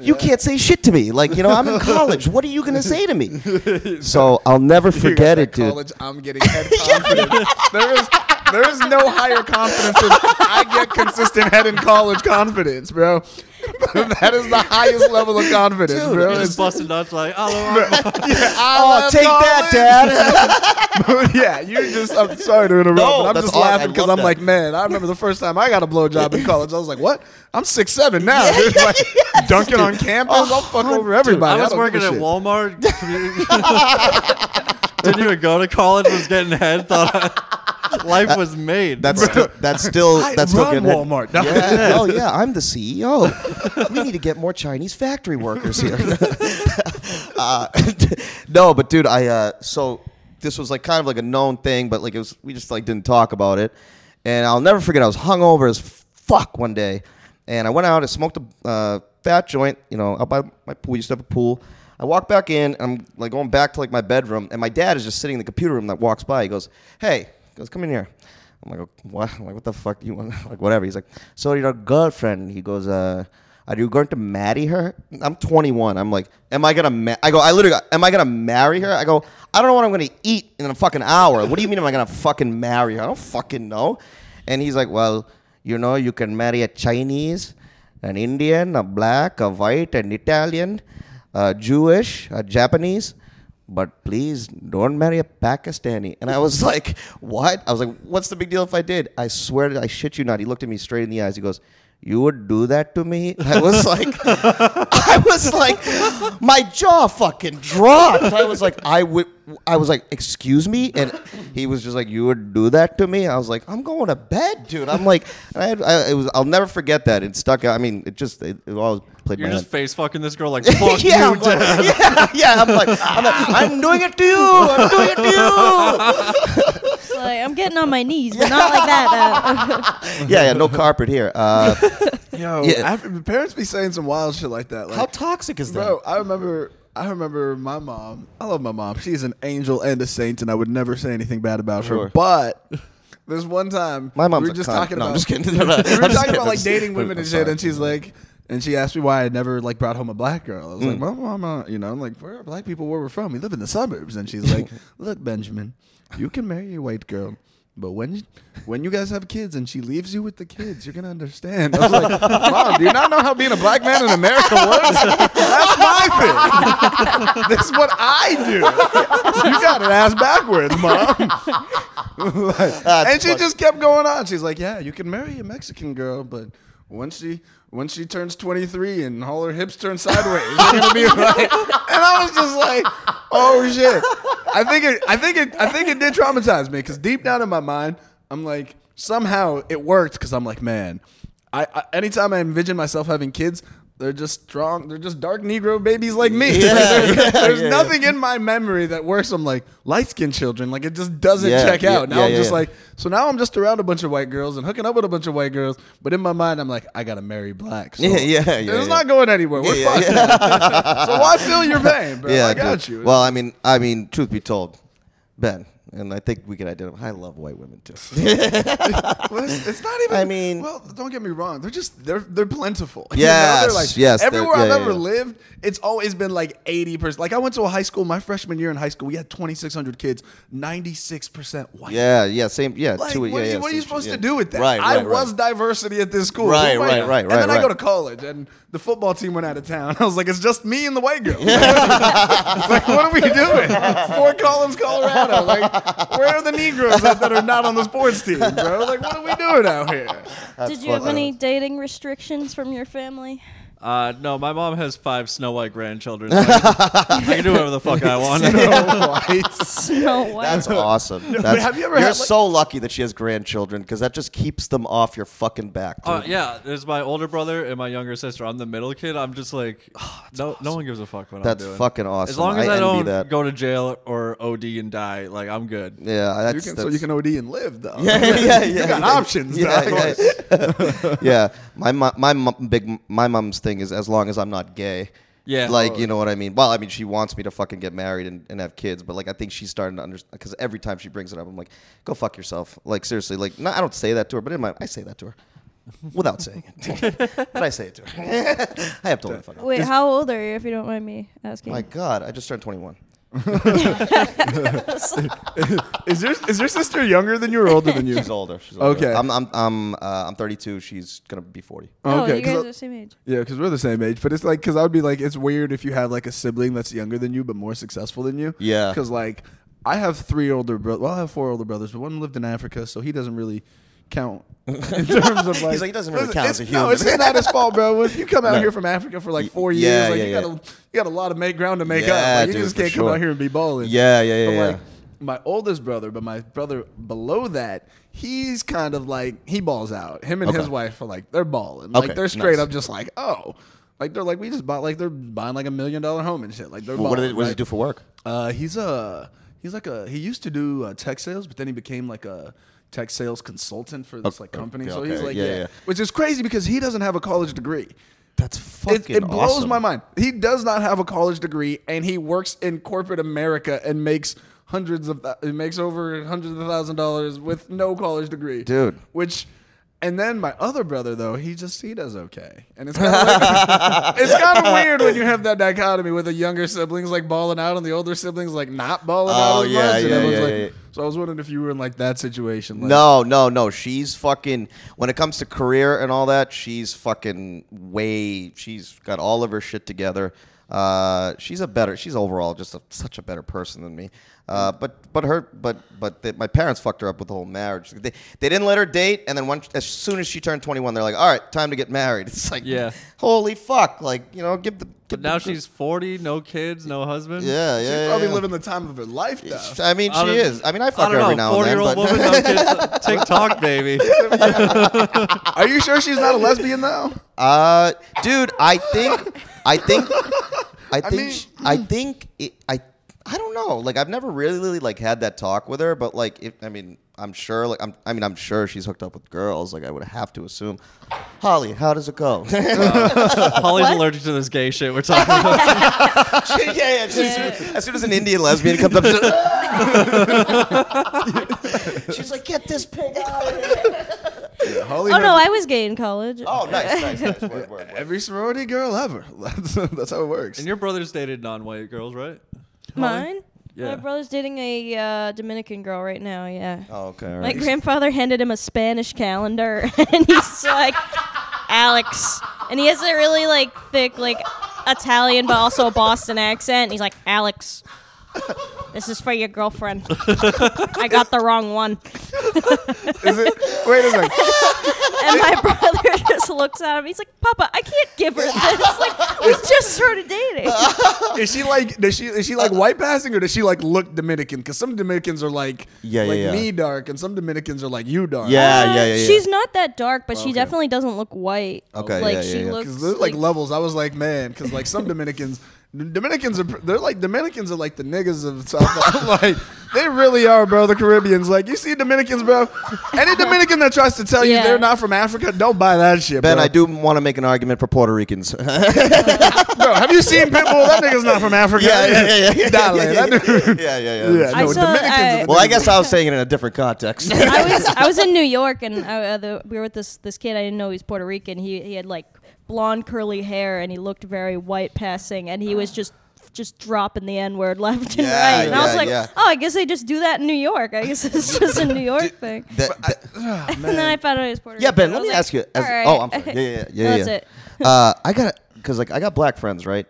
you can't say shit to me. Like you know, I'm in college. What are you gonna say to me? So I'll never
You got
forget
that
it, dude.
College, I'm getting head confidence. there is there is no higher confidence than I get consistent head in college confidence, bro. that is the highest level of confidence,
Dude,
He
bro.
just busted nuts like, oh,
Oh, take that, Dad.
yeah, you're just. I'm sorry to interrupt,
No,
but I'm
that's
just
awesome. I
laughing because
love
I'm
that.
like, man, I remember the first time I got a blowjob in college. I was like, what? I'm six seven now. dude. Like, dunking on campus, I'll fuck over everybody.
I was
don't
working
give
at
a shit.
Walmart. didn't even go to college. Was getting head. Thought I- life was made.
That's still, that's still
I
that's still
run
good. head-
Walmart, dog.
Yeah. oh yeah, I'm the CEO. we need to get more Chinese factory workers here. uh, no, but dude, I uh, so this was like kind of like a known thing, but like it was we just like didn't talk about it. And I'll never forget. I was hungover as fuck one day, and I went out and smoked a uh, fat joint. You know, out by my pool. We used to have a pool. I walk back in. I'm like going back to like my bedroom, and my dad is just sitting in the computer room. That walks by. He goes, "Hey," he goes, "Come in here." I'm like, "Oh, what? I'm like, what the fuck do you want? like, whatever. He's like, so your girlfriend. He goes, uh, are you going to marry her? I'm 21. I'm like, am I gonna? Ma-? I go, I literally, go, am I gonna marry her? I go, I don't know what I'm gonna eat in a fucking hour. What do you mean am I gonna fucking marry her? I don't fucking know. And he's like, well, you know, you can marry a Chinese. an Indian, a black, a white, an Italian, a Jewish, a Japanese. But please don't marry a Pakistani. And I was like, what? I was like, what's the big deal if I did? I swear, to- I shit you not. He looked at me straight in the eyes. He goes, you would do that to me? I was like, I was like, my jaw fucking dropped. I was like, I would, I was like, excuse me, and he was just like, you would do that to me. I was like, I'm going to bed, dude. I'm like, I, had, I it was, I'll never forget that. It stuck. out. I mean, it just, it, it always played
You're
my
just
head.
face fucking this girl like fuck
yeah,
you,
I'm
dad.
like, yeah, yeah. I'm like, I'm like, I'm doing it to you. I'm doing it to you.
It's like, I'm getting on my knees, but not like that. uh,
Yeah, yeah. No carpet here. Uh,
Yo,
Yeah.
Afri- parents be saying some wild shit like that. Like,
how toxic is that?
Bro, I remember. I remember my mom. I love my mom. She's an angel and a saint, and I would never say anything bad about
Sure.
her. But this one time,
My mom's
we were
a
just
cunt.
talking
No,
about.
I'm just kidding. No, no, I'm
we were
just
talking
kidding.
about like
I'm
dating
just-
women and
I'm
shit,
sorry.
and she's like, and she asked me why I never like brought home a black girl. I was
Mm.
like, well, mom, uh, you know, I'm like, where are black people? Where we're from? We live in the suburbs. And she's like, look, Benjamin, you can marry a white girl. But when when you guys have kids and she leaves you with the kids, you're gonna understand. I was like, Mom, do you not know how being a black man in America works? That's my thing. This is what I do. You got it ass backwards, Mom. Like, and she
funny.
just kept going on. She's like, Yeah, you can marry a Mexican girl, but once she once she turns 23 and all her hips turn sideways, you're gonna be like. And I was just like, Oh shit. I think it. I think it. I think it did traumatize me because deep down in my mind, I'm like, somehow it worked because I'm like, man, I, I anytime I envision myself having kids. They're just strong. They're just dark Negro babies like me.
Yeah,
There's-
yeah,
There's
yeah, yeah.
nothing in my memory that works. I'm like light skinned children. Like it just doesn't
Yeah,
check
yeah,
out. Now
yeah,
I'm
yeah,
just
yeah.
like, so now I'm just around a bunch of white girls and hooking up with a bunch of white girls. But in my mind, I'm like, I gotta marry black. So
Yeah, yeah, yeah,
It's
yeah.
not going anywhere. We're
Yeah, yeah,
fucked. so why feel your pain, bro? I got
dude.
you.
Well, I mean, I mean, truth be told, Ben, and I think we can identify. I love white women too.
Well, it's, it's not even.
I mean-
well, don't get me wrong. They're just they're they're plentiful.
Yes,
They're like,
yes, they're-
Everywhere
yeah,
I've
yeah,
ever
yeah.
lived, it's always been like eighty percent. Like I went to a high school. My freshman year in high school, we had twenty six hundred kids. Ninety six percent white.
yeah, yeah, same. Yeah,
Like,
two,
what,
yeah,
are you,
yeah,
what are you
same-
supposed
yeah.
to do with that?
Right,
I
right,
was
right.
diversity at this school.
Right,
Who am I?
right, right,
And
right,
then I go
right.
to college, and the football team went out of town. I was like, it's just me and the white girl. like, what are we doing? Fort Collins, Colorado. Like, where are the Negroes at that are not on the sports team, bro? Like, what are we doing out here?
did you have any dating restrictions from your family?
Uh, no, my mom has five Snow White grandchildren. So I, can, I can do whatever the fuck I want.
Snow White.
That's awesome. That's,
have you ever
you're
had, like-
so lucky that she has grandchildren because that just keeps them off your fucking back. Dude.
Uh, yeah, there's my older brother and my younger sister. I'm the middle kid. I'm just like,
Oh,
no, no one gives a fuck what
That's
I'm doing.
fucking awesome.
As long as
I
I,
envy
don't
that.
go to jail or OD and die, like I'm good.
yeah, that's,
You can, so
that's-
you can OD and live, though.
Yeah, yeah, yeah.
You got options,
Yeah,
dog.
yeah. yeah. My mo- my mom, big my mom's thing is as long as I'm not gay.
Yeah.
Like
Oh.
you know what I mean. Well, I mean she wants me to fucking get married and, and have kids, but like I think she's starting to understand because every time she brings it up, I'm like, go fuck yourself. Like seriously, like no, I don't say that to her, but in my I say that to her. Without saying it, but I say it to her. I have told her. to fuck off.
Wait, how old are you, if you don't mind me asking?
My God, I just turned 21.
Is your is your sister younger than you or older than you?
She's older. She's older.
Okay.
I'm I'm I'm uh, I'm 32. She's gonna be 40.
oh,
Okay,
you
'cause
guys
I-
are the same age.
Yeah, because we're the same age, but it's like because I would be like, it's weird if you have like a sibling that's younger than you but more successful than you.
Yeah.
because like I have three older brothers. Well, I have four older brothers, but one lived in Africa, so he doesn't really count in terms of like.
like, he doesn't really
Listen,
count as
it's-
a human.
No, it's it's not his fault, bro. If you come out
No.
here from Africa for like
Y-
four years,
yeah,
like
yeah,
you
yeah.
got a, you got a lot of make ground to make
Yeah,
up. Like, you
dude,
just
for
can't
sure.
come out here and be balling.
Yeah, yeah, yeah,
But,
yeah.
like, my oldest brother, but my brother below that, he's kind of like he balls out. Him and
Okay.
his wife are like they're balling.
Okay,
Like they're straight
nice.
up just like, oh. Like they're like we just bought like they're buying like a million dollar home and shit. Like they're
what, do
balling,
they, what does he
right?
do for work?
Uh, he's a he's like a he used to do uh, tech sales, but then he became like a tech sales consultant for this
Oh,
like company.
okay,
so
okay.
he's like
Yeah,
yeah,
yeah.
which is crazy because he doesn't have a college degree.
That's fucking.
It, it blows
awesome.
my mind. He does not have a college degree, and he works in corporate America and makes hundreds of th- makes over hundreds of thousand dollars with no college degree,
Dude.
Which, and then my other brother though, he just he does okay, and it's kind of like, it's kind of weird when you have that dichotomy with the younger siblings like balling out and the older siblings like not balling
Oh,
out as
yeah,
much, and
yeah,
everyone's
yeah,
like,
yeah, yeah.
So I was wondering if you were in like that situation. Like,
No, no, no. She's fucking. When it comes to career and all that, she's fucking way. She's got all of her shit together. Uh, she's a better. She's overall just a, such a better person than me. Uh, but but her but but the, my parents fucked her up with the whole marriage. They, they didn't let her date, and then when, as soon as she turned twenty one, they're like, all right, time to get married. It's like,
Yeah.
holy fuck, like you know, give the.
But
give
now
the-
she's 40, no kids, no husband.
yeah, yeah,
She's
yeah,
probably
yeah.
living the time of her life now.
I mean,
I
she
don't-
is. I mean, I
I
fuck her
don't
every
know.
now and
Forty
then.
year old
but-
woman, no kids, TikTok baby.
Are you sure she's not a lesbian now?
Uh, dude, I think, I think, I think,
mean-
sh- I think, it, I, I don't know. Like, I've never really like had that talk with her, but like, if, I mean, I'm sure. Like, I'm, I mean, I'm sure she's hooked up with girls. Like, I would have to assume. Holly, how does it go? yeah,
Holly's allergic to this gay shit we're talking about.
yeah. As soon as, as soon as an Indian lesbian comes up, she's like, she's like, get this pig out of here.
Holly
Oh
had
no, I was gay in college.
Oh, nice, nice, nice. Word, word, word.
every sorority girl ever. That's, that's how it works.
And your brothers dated non-white girls, right?
Mine.
Yeah.
My brother's dating a uh, Dominican girl right now. Yeah.
Oh, okay. all
My
right.
grandfather handed him a Spanish calendar, and he's like, Alex. And he has a really like thick, like Italian, but also a Boston accent. And he's like, Alex, this is for your girlfriend. I got the wrong one.
Is it, wait a second.
And my brother just looks at him. He's like, Papa, I can't give her this. Like, we just started dating.
Is she like? Does she? Is she like white passing, or does she like look Dominican? Because some Dominicans are like,
Yeah, yeah,
like
yeah.
me dark, and some Dominicans are like you dark.
Ah, Yeah,
Uh,
yeah, yeah, yeah.
She's not that dark, but she
okay.
definitely doesn't look white.
Okay,
like
yeah, yeah,
she
yeah.
looks
Because there's like, levels. I was like, man, because like some Dominicans, Dominicans are pr- they're like Dominicans are like the niggas of South. like they really are, bro. The Caribbeans, like you see Dominicans, bro. Any Dominican that tries to tell
Yeah.
you they're not from Africa, don't buy that shit,
Ben,
bro.
I do want to make an argument for Puerto Ricans.
Bro, have you seen Pitbull? That nigga's not from Africa.
Yeah, yeah, yeah, yeah.
Dolly,
yeah,
that
yeah,
dude-
yeah, yeah,
Yeah,
I
no,
saw- uh,
Dominicans.
I-
are the
Well, I guess I was saying it in a different context.
I was I was in New York and I, uh, the, we were with this this kid I didn't know he was Puerto Rican. He he had like blonde curly hair and he looked very white passing and he was just just dropping the n word left and
Ah. Yeah,
right. And I was
yeah,
like,
yeah.
oh, I guess they just do that in New York. I guess it's just a New York thing.
That- that-
And then I found out he was Puerto
yeah, Ben,
Rican. I
let
was
me
like,
ask you. As,
all right.
Oh, I'm sorry. Yeah, yeah, yeah. yeah,
That's
yeah.
it.
Uh, I got because like I got black friends, right?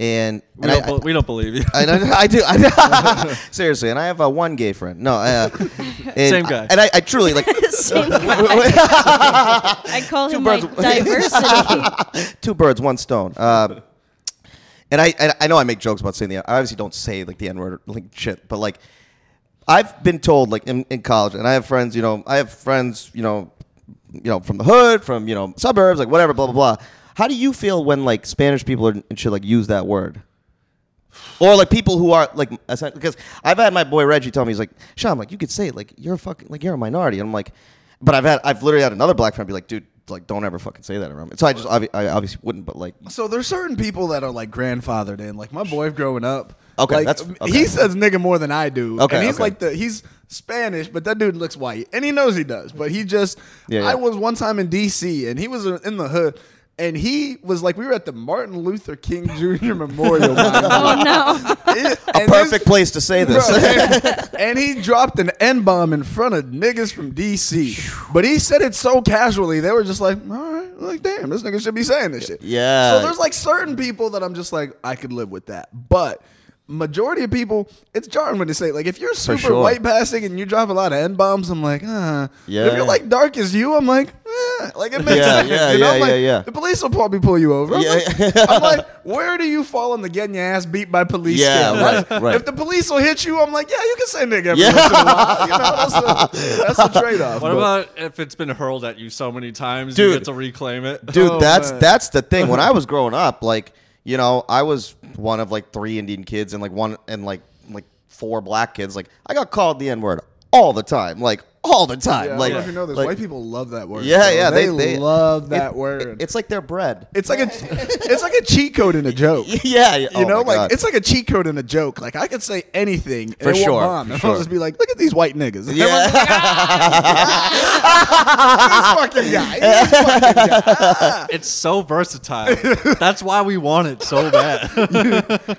And
We,
and
don't,
I,
bel- we don't believe you.
I, I, I do. I, seriously, and I have uh, one gay friend. No, I, uh, and
Same guy.
I, and I, I truly like
Same guy. I call him my
birds with-
diversity.
two birds, one stone. Uh, and I, I I know I make jokes about saying the. I obviously don't say like the N word like shit, but like I've been told like in, in college, and I have friends. You know, I have friends. You know, you know from the hood, from you know suburbs, like whatever, blah blah blah. How do you feel when like Spanish people are, and should like use that word? Or like people who are like because I've had my boy Reggie tell me he's like Sean like you could say it like you're a fucking like you're a minority and I'm like but I've had I've literally had another black friend be like dude like don't ever fucking say that around me so I just obvi- I obviously wouldn't but like
So there's certain people that are like grandfathered in. Like my boy growing up.
Okay,
like,
that's- okay.
he says nigga more than I do.
Okay,
and he's
okay.
like the he's Spanish, but that dude looks white, and he knows he does. But he just
Yeah, yeah.
I was one time in D.C. and he was uh, in the hood, and he was like we were at the Martin Luther King Jr. Memorial.
Oh no!
a perfect place to say this
Bro, and, and he dropped an N bomb in front of niggas from DC. But he said it so casually, they were just like, all right, like, damn, this nigga should be saying this shit.
Yeah.
So there's like certain people that I'm just like, I could live with that. But majority of people, it's jarring when they say, like, if you're super
sure.
white passing and you drop a lot of N bombs, I'm like, ah.
Yeah.
If you're like dark as you, I'm like, eh. Like, it makes
Yeah,
sense.
yeah,
you know?
yeah,
I'm like,
yeah, yeah.
The police will probably pull you over. I'm,
Yeah.
like, I'm like, where do you fall on the getting your ass beat by police
Yeah,
scale?
right,
Like,
right.
If the police will hit you, I'm like, yeah, you can say nigga every
Yeah.
once in a while. You know, that's the, that's the trade-off.
What about
but-
if it's been hurled at you so many times, you
Dude.
get to reclaim it?
dude
Oh,
that's
man.
that's the thing when i was growing up like you know i was one of like three indian kids and like one and like like four black kids like i got called the n word all the time like all the time.
Yeah, I
like,
don't know if you know this,
like-
white people love that word.
Yeah,
bro.
yeah,
they,
they, they-
love
it-
that
it-
word.
it's like their bread.
it's like a it's like a cheat code in a joke.
yeah, Oh yeah.
You know, like it's like a cheat code in a joke. Like I could say anything and
For
it won't
sure,
bomb.
for
And
sure.
I'll just be like, look at these white niggas. And
Yeah.
everyone's like, "Ah, this fucking guy. This fucking guy. Ah."
It's so versatile. That's why we want it so bad.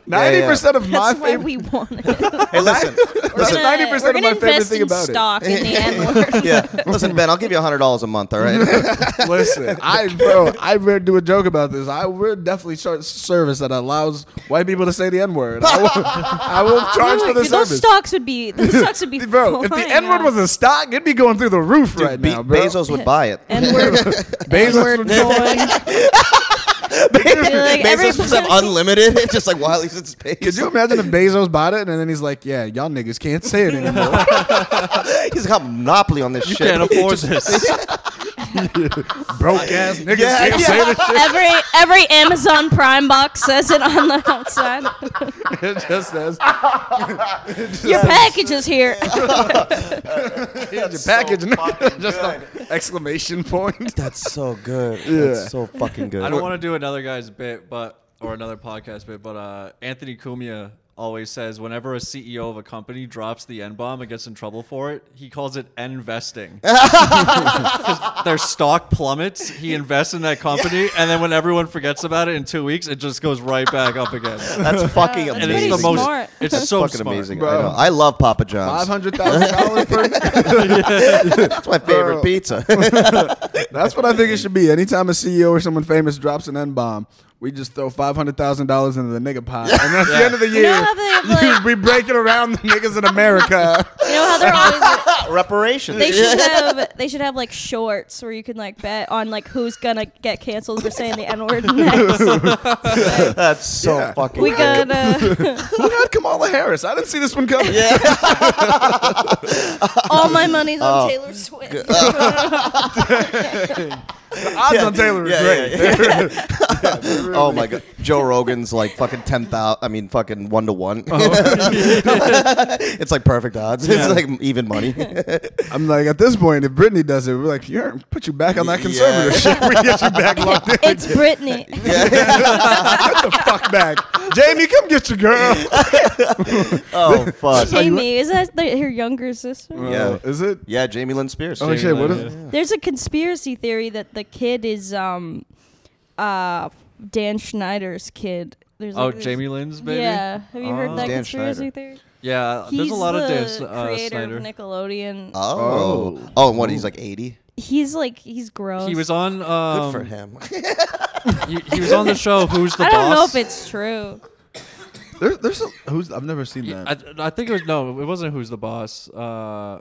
Ninety percent of my
That's why
favorite.
we want it. We're
hey, listen,
Listen,
gonna-
90%
we're
of
gonna
my favorite
invest
thing
in
about it.
stock in the N word.
yeah, listen, Ben. I'll give you hundred dollars a month. All right.
Listen, I bro, I would do a joke about this. I will definitely start a service that allows white people to say the n word. I will, I will charge for the
Dude, those
service.
stocks would be those stocks would be
Bro, if the
flying
N word
now.
was a stock, it'd be going through the roof right
Be-
now, bro.
Bezos would buy it.
N-word,
Bezos
N-word
would
coin. like,
Bezos was up
everybody-
unlimited. It's just like Wiley's in space.
Could you imagine if Bezos bought it and then he's like, "Yeah, y'all niggas can't say it anymore."
He's got monopoly on this
You
shit.
can't afford this.
Broke ass niggas
Yeah,
can't
yeah.
say this
every every Amazon Prime box says it on the outside.
shit. It just says
Your package is here.
your package, nigga. just an exclamation point.
That's so good. That's so fucking good.
I don't want to do another guy's bit, but or another podcast bit, but uh, Anthony Cumia always says whenever a CEO of a company drops the N bomb and gets in trouble for it, he calls it investing. their stock plummets, he invests in that company, and then when everyone forgets about it in two weeks, it just goes right back up again.
That's fucking
that's
And
amazing.
it's the
Pretty
most.
smart.
It's
That's
so
fucking
smart.
amazing.
Bro.
I, know. I love Papa
Five
John's.
hundred thousand dollars per.
That's my favorite
Bro.
pizza.
That's what I think it should be. Anytime a CEO or someone famous drops an N bomb, we just throw five hundred thousand dollars into the nigga pot, and at the end of the
know
year,
how they have, like-
you- we break it around the niggas in America.
You know how they're always like,
Reparations.
they should have they should have like shorts where you can like bet on like who's gonna get canceled for saying the N word
Oh
next.
That's so
Yeah.
fucking
We
good.
got uh,
Who had Kamala Harris? I didn't see this one coming.
Yeah.
all my money's
Oh,
on Taylor Swift.
The odds on Taylor is
Yeah,
great.
yeah, yeah. oh my god. Joe Rogan's like fucking ten thousand. I mean, fucking one to one. It's like perfect odds.
Yeah.
It's like even money.
I'm like, at this point, if Britney does it, we're like, here, put you back on that
Yeah.
conservatorship. we get you back locked in.
it's Britney.
Get the fuck back. Jamie, come get your girl.
oh fuck.
Jamie, is that the, her younger sister?
Yeah.
is it?
Yeah, Jamie Lynn Spears.
Oh, shit, what is
Yeah.
There's a conspiracy theory that the kid is um uh Dan Schneider's kid. There's
Oh,
like this-
Jamie Lynn's baby.
Yeah, have you heard that
Dan
conspiracy
Schneider.
theory?
Yeah,
He's
there's a lot
the
of this. Uh,
creator
Snyder.
of Nickelodeon.
Oh. Oh, and what? He's like eighty.
he's like he's gross.
He was on.
Good
Um,
for him.
He, he was on the show. Who's the
I
boss?
don't know if it's true.
There, there's a, who's, I've never seen that.
I, I think it was no, it wasn't Who's the Boss. Uh,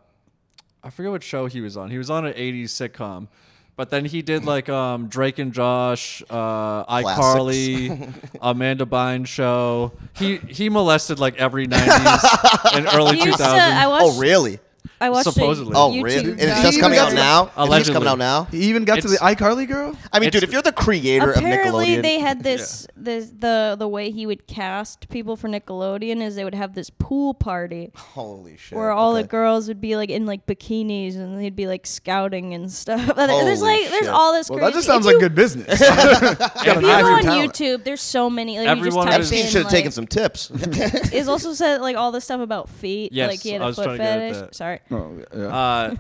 I forget what show he was on. He was on an '80s sitcom, but then he did like um, Drake and Josh, uh, iCarly, Amanda Bynes show. He he molested like every '90s and early
He used to,
2000s.
I watched.
Oh, really?
I watched. a
Supposedly.
Oh,
YouTube
really? And
doc-
it's just coming out now. It's just
Allegedly.
coming out now.
he even got to the
It's-
iCarly girl?
I mean,
It's-
dude, if you're the creator
Apparently,
of Nickelodeon,
they had this, this the the way he would cast people for Nickelodeon is they would have this pool party
holy shit,
where all
okay.
the girls would be like in like bikinis and they'd be like scouting and stuff.
Holy
there's like there's
shit.
all this.
Well,
crazy.
that just sounds like
if you,
good business.
If you go
eye for
on
talent.
YouTube, there's so many. Like,
Everyone
you just
is-
Epstein
type in,
should have
like,
taken some tips.
It's also said like all this stuff about feet.
Yes,
like he had
I
a
was
foot
trying to get at
fetish.
that.
Sorry.
oh, yeah.
Uh,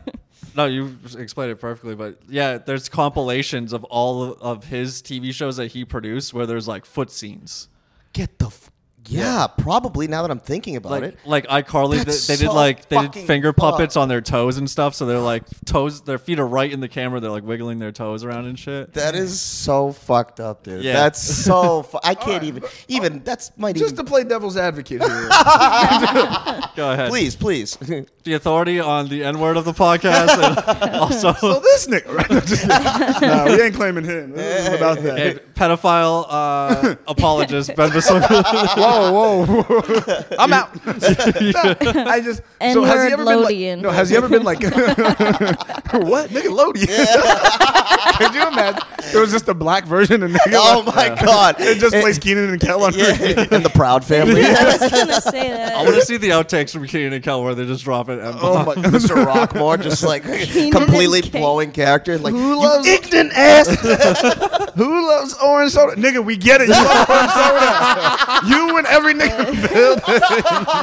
no, you explained it perfectly, but yeah, there's compilations of all of, of his TV shows that he produced where there's like foot scenes.
Get the. F- yeah, probably. Now that I'm thinking about
like
it,
like iCarly,
That's
they, they did
so
like they did
fucking
finger
fucked.
puppets on their toes and stuff. So they're like toes, their feet are right in the camera. They're like wiggling their toes around and shit.
that is so fucked up, dude.
Yeah.
That's so. Fu- I can't even. Even that's might
Just
even.
to play devil's advocate here.
Go ahead.
please, please.
The authority on the N word of the podcast, and also
so this nigga, right? No, just kidding. Nah, we ain't claiming him. This isn't about that.
hey, pedophile uh, apologist Ben Basson.
whoa, whoa, whoa. I'm out. I just. so has he
N-word
ever been like,
Lodian.
No, has he ever been like, what? Nickelodeon. Could you imagine? It was just a black version of Nickelodeon.
oh my god!
It just
It-
plays Keenan and Kel on repeat.
yeah, and the Proud Family.
I was gonna say
I want
that.
to see the outtakes from Keenan and Kel where they just drop it. And
Oh my god.
Mr. Rockmore, just like
and
completely
Kate.
blowing character, like
Who
you
loves-
ignorant ass.
Who loves orange soda? Nigga, we get it. You love orange soda. You and every nigga.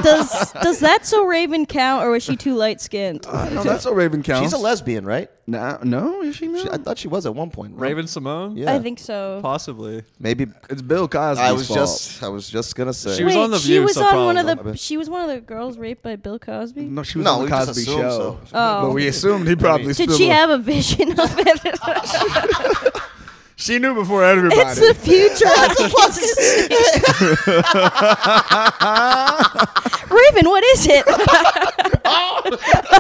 Does does that so Raven count, or was she too light skinned?
Uh,
no, that's what Raven counts.
She's a lesbian, right?
Nah, no, is she not?
She, I thought she was at one point. no?
Raven Simone?
Yeah.
I think so.
Possibly.
Maybe
it's Bill Cosby's
I was
fault.
just I was just gonna say.
She was
Wait,
on The
she
View,
was
so
on one of
probably
the she was one of the girls raped by Bill Cosby.
No, she was
No,
on
we
the
just
Cosby
assumed
Show.
so.
Oh.
But we assumed he probably
Did
spilled
she
a-
have a vision of it?
She knew before everybody.
it's the future. Raven, what is it?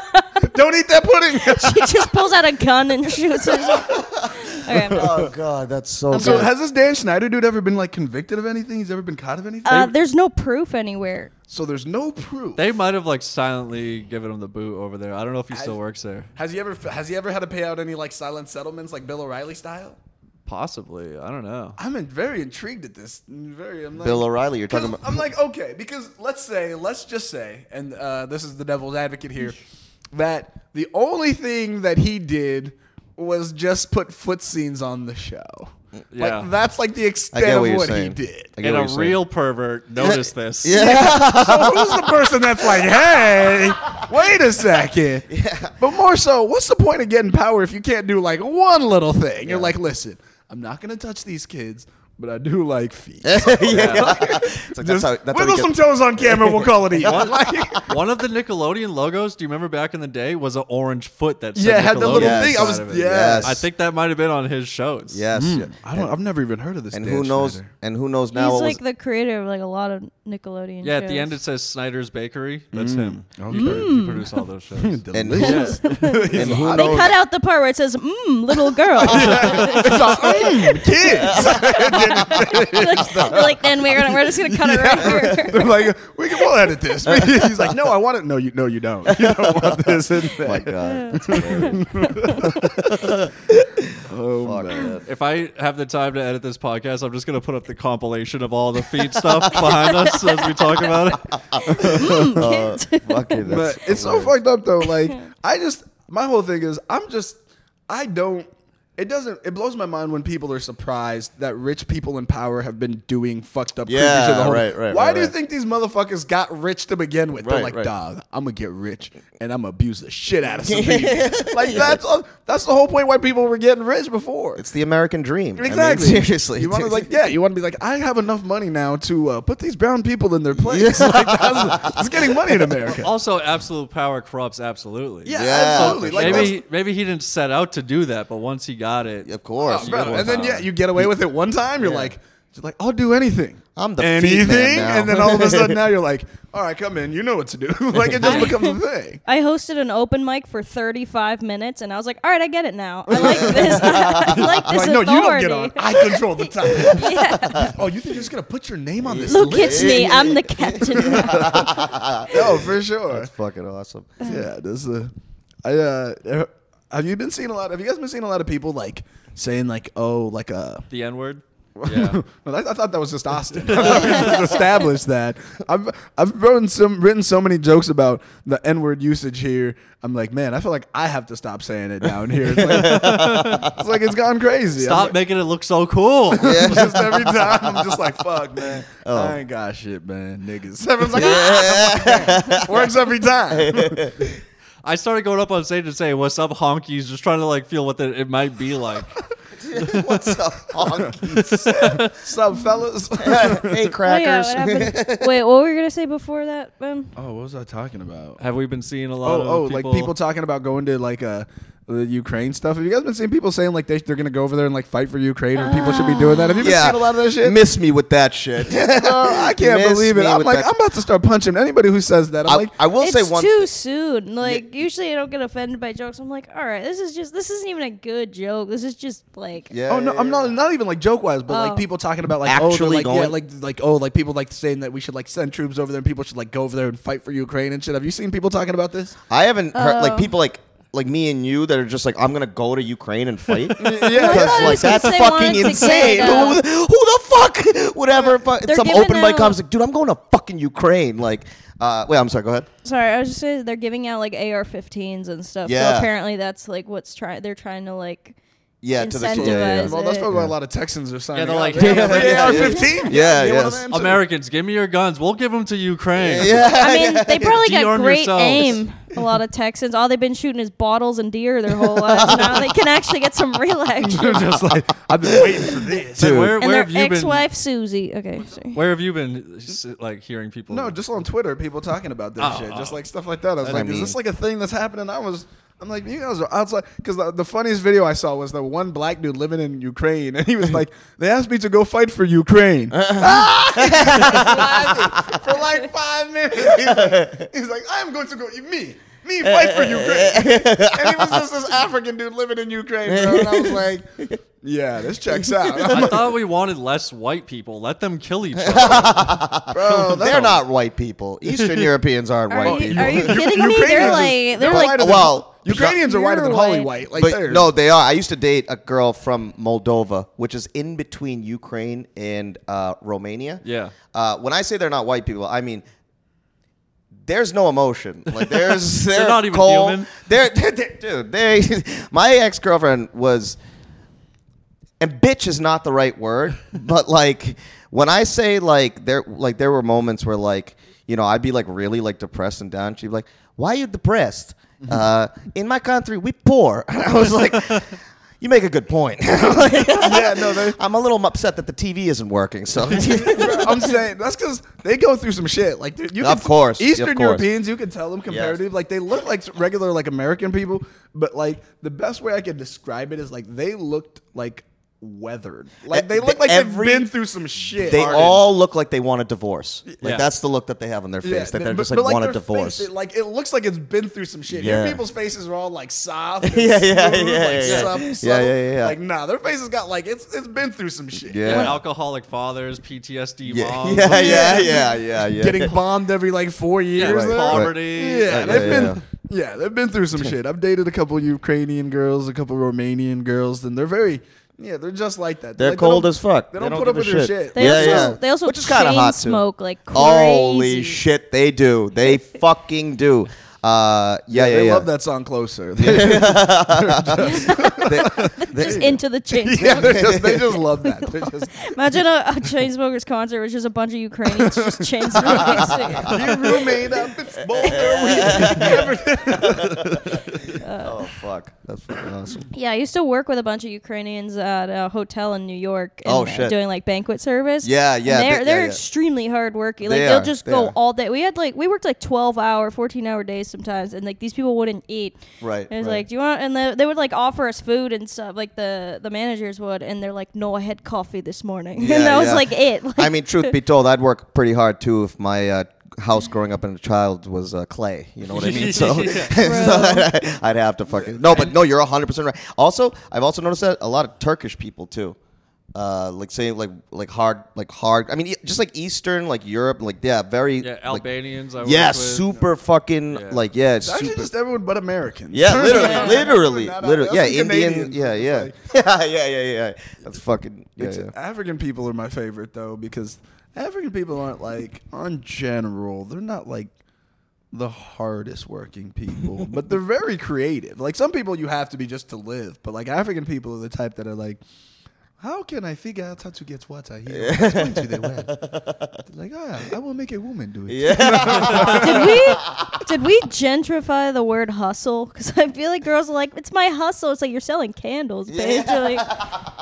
Don't eat that pudding.
she just pulls out a gun and shoots herself. Okay, I'm done.
oh god, that's so.
so
good.
has this Dan Schneider dude ever been like convicted of anything? He's ever been caught of anything?
Uh, there's no proof anywhere.
so there's no proof.
They might have like silently given him the boot over there. I don't know if he still
I-
works there.
has he ever has he ever had to pay out any like silent settlements like Bill O'Reilly style?
Possibly. I don't know.
I'm in- very intrigued at this. Very. I'm like,
Bill O'Reilly, you're talking
'Cause
about.
I'm like, okay, because let's say, let's just say, and uh, this is the devil's advocate here, that the only thing that he did was just put foot scenes on the show.
Yeah.
Like, that's like the
I
extent
get
of
what
what,
you're
he
saying.
did.
I get
And a
what you're saying.
real pervert noticed this.
Yeah.
So who's the person that's like, hey, wait a second? Yeah. But more so, what's the point of getting power if you can't do like one little thing? You're like, listen, I'm not going to touch these kids, but I do like feet.
yeah. It's like, that's
Just
how, that's how we
wiggle
get-
some toes on camera. We'll call it even. Like-
One of the Nickelodeon logos, do you remember back in the day, was an orange foot that said
Yeah, it had the little
Nickelodeon
thing. I
inside
was
of
yes.
it. I think that might have been on his shows.
Yes.
I don't. I've never even heard of this.
And
Dan
who knows?
Schneider.
And who knows now?
He's
what
like
was,
the creator of like a lot of Nickelodeon.
Yeah, at the
shows.
end it says Snyder's Bakery.
Mm.
That's him.
Okay.
He pro- He produced all those shows.
and,
Delicious.
and who
They
knows?
cut out the part where it says "mmm, little girl."
It's all, mm, kids.
They're like, then we're gonna, we're just gonna cut it right here.
They're like, we can we'll edit this. He's like, no, I want it. No, you no, you don't. You don't want this in
Oh my
there.
god. That's hilarious. Fuck, Oh, man.
If I have the time to edit this podcast, I'm just gonna put up the compilation of all the feed stuff behind us as we talk about it.
Mm, kids.
Fucking, that's
But it's so
hilarious.
fucked up though. Like, I just my whole thing is I'm just I don't. It doesn't. It blows my mind when people are surprised that rich people in power have been doing fucked up. creepy
Yeah,
shit the whole-
right, right,
Why
right,
do you
right.
think these motherfuckers got rich to begin with? They're
Right,
like,
right.
dog, I'm gonna get rich and I'm gonna abuse the shit out of some people. like that's that's the whole point why people were getting rich before.
It's the American dream. I mean,
Exactly.
seriously.
you want to like, yeah, you want to be like, I have enough money now to uh, put these brown people in their place. like, that's, it's getting money in America.
Also, absolute power corrupts absolutely.
Yeah,
Yeah.
absolutely. Like,
maybe
that's-
maybe he didn't set out to do that, but once he got it,
Of course.
Oh, bro,
gotta
and then
work
yeah,
on it.
you get away with it one time. You're like, you're like, I'll do anything.
I'm the feet man
anything,
now.
and then all of a sudden now you're like, all right, come in. You know what to do. like it just becomes a thing.
I hosted an open mic for 35 minutes, and I was like, "All right, I get it now. I like this. I like
Like,
this
no, you don't
authority."
get on. I control the time.
yeah.
oh, you think you're just gonna put your name on this?
Look,
list?
it's me. I'm the captain. now.
No, for sure.
fucking awesome.
Uh.
Yeah, this is. a- I uh, have you been seeing a lot? Have you guys been seeing a lot of people like saying like, oh, like uh,
the N word. Yeah.
well, I, I thought that was just Austin. I thought we just established that. I've I've written some written so many jokes about the N word usage here. I'm like, man, I feel like I have to stop saying it down here. It's like it's, like it's gone crazy. I'm
Stop
like,
making it look so cool.
just every time I'm just like, fuck, man.
Oh.
I ain't got shit, man, niggas. Everyone's like, "Ah." works every time.
I started going up on stage and saying, "What's up, honkies?" Just trying to like feel what the, it might be like.
What's up, honkies?
Sup, fellas?
hey,
Oh, yeah,
crackers.
what happened? Wait, what were you gonna say before that, Ben?
Oh, what was I talking about?
Have we been seeing a lot
Oh,
of
oh,
people?
like people talking about going to like a the Ukraine stuff. Have you guys been seeing people saying like they, they're gonna go over there and like fight for Ukraine and people should be doing that? Have you been seeing a lot of that shit?
Ah. Miss me with that shit.
Oh, I can't
Miss
believe it.
me
I'm
with
like
that-
I'm about to start punching anybody who says that. I'm
I,
like,
I will
it's
say one.
too soon. Like usually I don't get offended by jokes. I'm like, all right, this is just this isn't even a good joke. This is just like
yeah,
oh no,
yeah,
I'm not
yeah.
not even like joke wise, but
Oh.
like people talking about like oh, they're,
Actually
like, yeah,
going-
like like oh, like people like saying that we should like send troops over there and people should like go over there and fight for Ukraine and shit. Have you seen people talking about this?
I haven't heard
Oh.
like people like like me and you that are just like I'm gonna go to Ukraine and fight.
Yeah.
I thought it
like
was 'cause
that's
they
fucking
wanted to
insane.
get,
Who,
uh,
who the fuck? Whatever. Fuck,
They're
some
giving
open mic
out-
comes like, dude, I'm going to fucking Ukraine. Like, uh, wait, I'm sorry. Go ahead.
Sorry, I was just saying they're giving out like AR-15s and stuff. So
Yeah.
apparently that's like what's trying. They're trying to like
Yeah, to the
incentivize.
kids. Yeah,
it.
Well, that's probably why a lot of Texans are signing.
they're like,
up. They
yeah,
have an
yeah, yeah.
AR-15.
Yeah,
They want
yes.
them to-
Americans, give me your guns. We'll give them to Ukraine.
yeah.
I mean, they probably got
De-arm
great
yourselves.
aim. A lot of Texans. All they've been shooting is bottles and deer their whole lives. Now they can actually get some real action.
They're just like, I've been waiting for this.
Then where,
And
where
their
have you
ex-wife Susie. Okay, sorry.
been? Where have you been? s- Like hearing people.
No, just on Twitter, people talking about this
Oh,
shit, just
oh.
like stuff like that. I was
That's
like,
what I
is this
mean.
like a thing that's happening? I was, I'm like, you guys are outside because the, the funniest video I saw was the one black dude living in Ukraine, and he was like, they asked me to go fight for Ukraine Ah! for like five minutes. He's like, he's like, I'm going to go me. Me fight for Ukraine, and he was just this African dude living in Ukraine, bro. And I was like, "Yeah, this checks out." I'm
I
like,
thought we wanted less white people. Let them kill each other.
bro, that's
They're not white people. Eastern Europeans aren't
Are
white
you,
people.
are you kidding me?
Ukrainians
They're
are-
like
they're
they're like
whiter than-
Well,
Ukrainians are whiter than
you're
Holly
white.
White. Like,
but
they're-
no, they are. I used to date a girl from Moldova, which is in between Ukraine and uh, Romania.
Yeah.
Uh, when I say they're not white people, I mean there's no emotion. Like there's they're,
not even
cold.
human.
They're, they're, they're- dude. They my ex girlfriend was, and bitch is not the right word, but like when I say like there like there were moments where like you know I'd be like really like depressed and down. She'd be like, "Why are you depressed? Uh, in my country, we poor." And I was like. You make a good point. yeah,
no, they-
I'm a little upset that the TV isn't working. So
I'm saying that's because they go through some shit. Like dude, you,
Of
can-
course,
Eastern
of course.
Europeans, you can tell them comparative. Like they look like regular like American people, but like the best way I could describe it is like they looked like weathered. Like they
Eh,
look
the-
like
every-
they've been through some shit.
they
Harden.
all look like they want a divorce. Like
Yeah.
that's the look that they have on their face. that
th-
they're just
but-
like,
but,
want a
their face,
divorce.
it, like it looks like it's been through some shit. Your
Yeah.
people's faces are all like soft. and
Yeah, yeah,
smooth,
yeah,
like,
yeah.
sub-
Yeah,
subtle.
yeah, yeah.
Like nah, their faces got like it's it's been through some shit.
Yeah.
When alcoholic fathers, PTSD
yeah,
moms,
yeah,
like,
yeah, yeah, yeah, yeah.
Getting bombed every like four years.
right.
there.
poverty.
Yeah,
Yeah,
they've
yeah,
been yeah. they've been through some shit. I've dated a couple Ukrainian girls, a couple Romanian girls, and they're very yeah, they're just like that.
They're
Like,
cold
don't-
as fuck.
They don't, put up with
give a
your shit.
They
yeah,
also
yeah.
they also
Which is kinda
chain
hot, too.
smoke like crazy.
Holy shit, they do. They fucking do. Uh, yeah, yeah, yeah.
they love that song closer.
Just into the chain.
yeah, they just, they just love that. They're just,
Imagine a, a chain smokers concert, which is a bunch of Ukrainians just chain smoking.
your roommate up in Boulder. we-
Oh fuck, that's fucking awesome.
yeah, I used to work with a bunch of Ukrainians at a hotel in New York. And,
Oh,
uh,
shit.
doing like banquet service.
Yeah, yeah,
And
they-
they're
yeah,
they're
yeah.
extremely hardworking. Like
They
they will
are,
just
they
go
are.
all day. We had like we worked like twelve hour, fourteen hour days sometimes, and like these people wouldn't eat.
Right,
And it was
right.
like, do you want? And they, they would like offer us food and stuff. Like the the managers would, and they're like, no, I had coffee this morning,
Yeah,
and that was
yeah.
like it. Like,
I mean, truth be told, I'd work pretty hard too if my uh, house growing up in a child was uh, clay. You know what I mean? So,
Yeah.
so I'd, I'd have to fucking no, but no, you're 100 percent right. Also, I've also noticed that a lot of Turkish people too. Uh, like say like like hard like hard. I mean, e- just like Eastern like Europe, like yeah, very
Yeah,
like,
Albanians. I
yeah,
worked with.
super fucking
Yeah.
like yeah, it's
It's actually
super.
just everyone but Americans.
Yeah, literally,
Yeah.
literally,
Not-
literally.
that's
Yeah,
like
Indian.
Canadians.
Yeah,
It's
yeah,
like-
yeah, yeah, yeah, yeah. That's fucking. Yeah,
It's-
yeah.
African people are my favorite though because African people aren't like on general they're not like the hardest working people but they're very creative like some people you have to be just to live but like African people are the type that are like How can I figure out how to get water here? It's going to the well. They're like, ah, I will make a woman do it.
did we did we gentrify the word hustle? Because I feel like girls are like, it's my hustle. It's like you're selling candles, bitch. They're Like,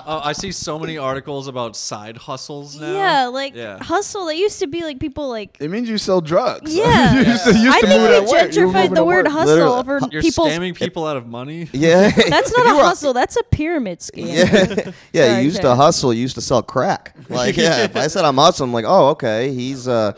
Oh, I see so many articles about side hustles now.
yeah, like
Yeah.
hustle. That used to be like people like.
It means you sell drugs.
Yeah.
you used to, you used
I
to move at
think we
work. You were
gentrified
moving
the
at
word
work.
hustle
Literally.
over
You're
people's.
scamming people out of money.
Yeah.
That's not a hustle. That's a pyramid scheme.
Yeah, yeah.
Sorry,
you used
Terry.
to hustle. You used to sell crack. Like, yeah. If I said I'm hustling, I'm like, oh, okay. He's uh,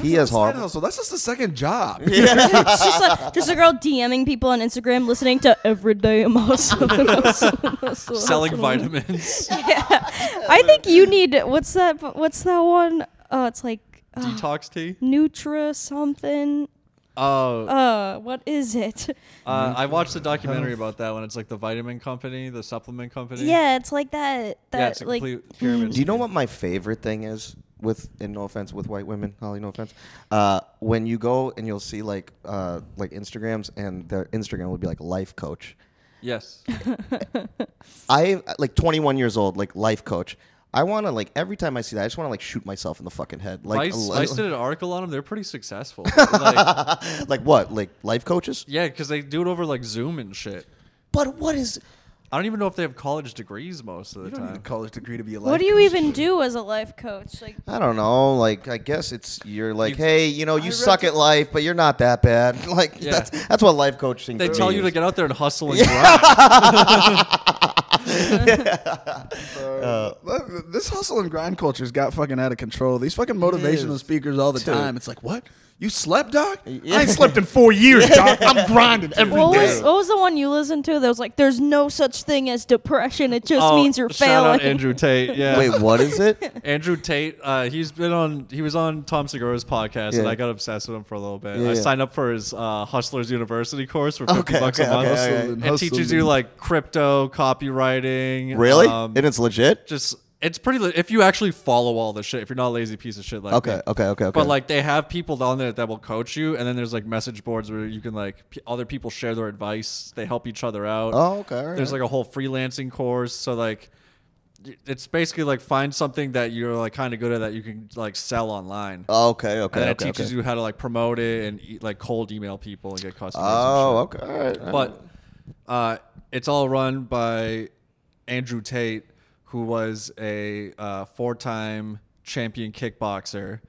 he has
Side
horrible.
hustle. That's just a second job.
it's just like just a girl DMing people on Instagram, listening to every day I'm hustling, hustling, hustling,
Selling
hustling."
vitamins,
I think you need what's that? What's that one? Oh, it's like uh,
detox tea.
Nutra something.
Oh,
Uh, what is it?
Uh, I watched a documentary about that one. It's like the vitamin company, the supplement company.
Yeah, it's like that. That
yeah, it's a
like
complete pyramid.
Do you know what my favorite thing is with, and no offense, with white women, Holly, no offense. Uh, when you go and you'll see like, uh, like Instagrams, and their Instagram will be like life coach.
Yes.
I like 21 years old, like life coach. I want to like every time I see that, I just want to like shoot myself in the fucking head. Like,
Vice,
a li-
Vice did an article on them. They're pretty successful. like,
like what? Like life coaches?
yeah, because they do it over like Zoom and shit.
But what is?
I don't even know if they have college degrees most of the
You don't need a
time.
Uh, college degree to be a life
what do you
coach.
even do as a life coach? Like
I don't know. Like, I guess it's you're like,
You-
hey, you know,
I
you
read
suck at life, but you're not that bad. Like,
Yeah.
that's that's what life coaching.
they
for
tell
me
you to
is.
get out there and hustle and grind.
Look, This hustle and grind culture's got fucking out of control. These fucking motivational speakers all the time. It's like, what? You slept, doc? I ain't slept in four years, doc. I'm grinding every
what was
day.
what was the one you listened to that was like, "There's no such thing as depression. It just
Oh,
means you're
shout out
failing."
Andrew Tate. Yeah.
Wait, what is it?
Andrew Tate, uh, he's been on. He was on Tom Segura's podcast, and
Yeah.
I got obsessed with him for a little bit.
Yeah,
I
yeah.
signed up for his uh, Hustlers University course for fifty
Okay,
bucks
okay,
a month.
okay, okay.
It teaches you like crypto, copywriting.
Really?
um,
and it's legit.
just it's pretty. Li- if you actually follow all the shit, if you're not a lazy piece of shit like
Okay,
me.
okay, okay, okay.
But like they have people on there that will coach you, and then there's like message boards where you can like p- other people share their advice. They help each other out.
oh, okay. all right.
There's like a whole freelancing course. So like, y- it's basically like find something that you're like kind of good at that you can like sell online.
Oh, okay, okay,
and then
okay.
it teaches
okay.
you how to like promote it and e- like cold email people and get customers.
Oh,
and shit.
okay. All right. all right.
But uh, it's all run by Andrew Tate, who was a uh, four-time champion kickboxer.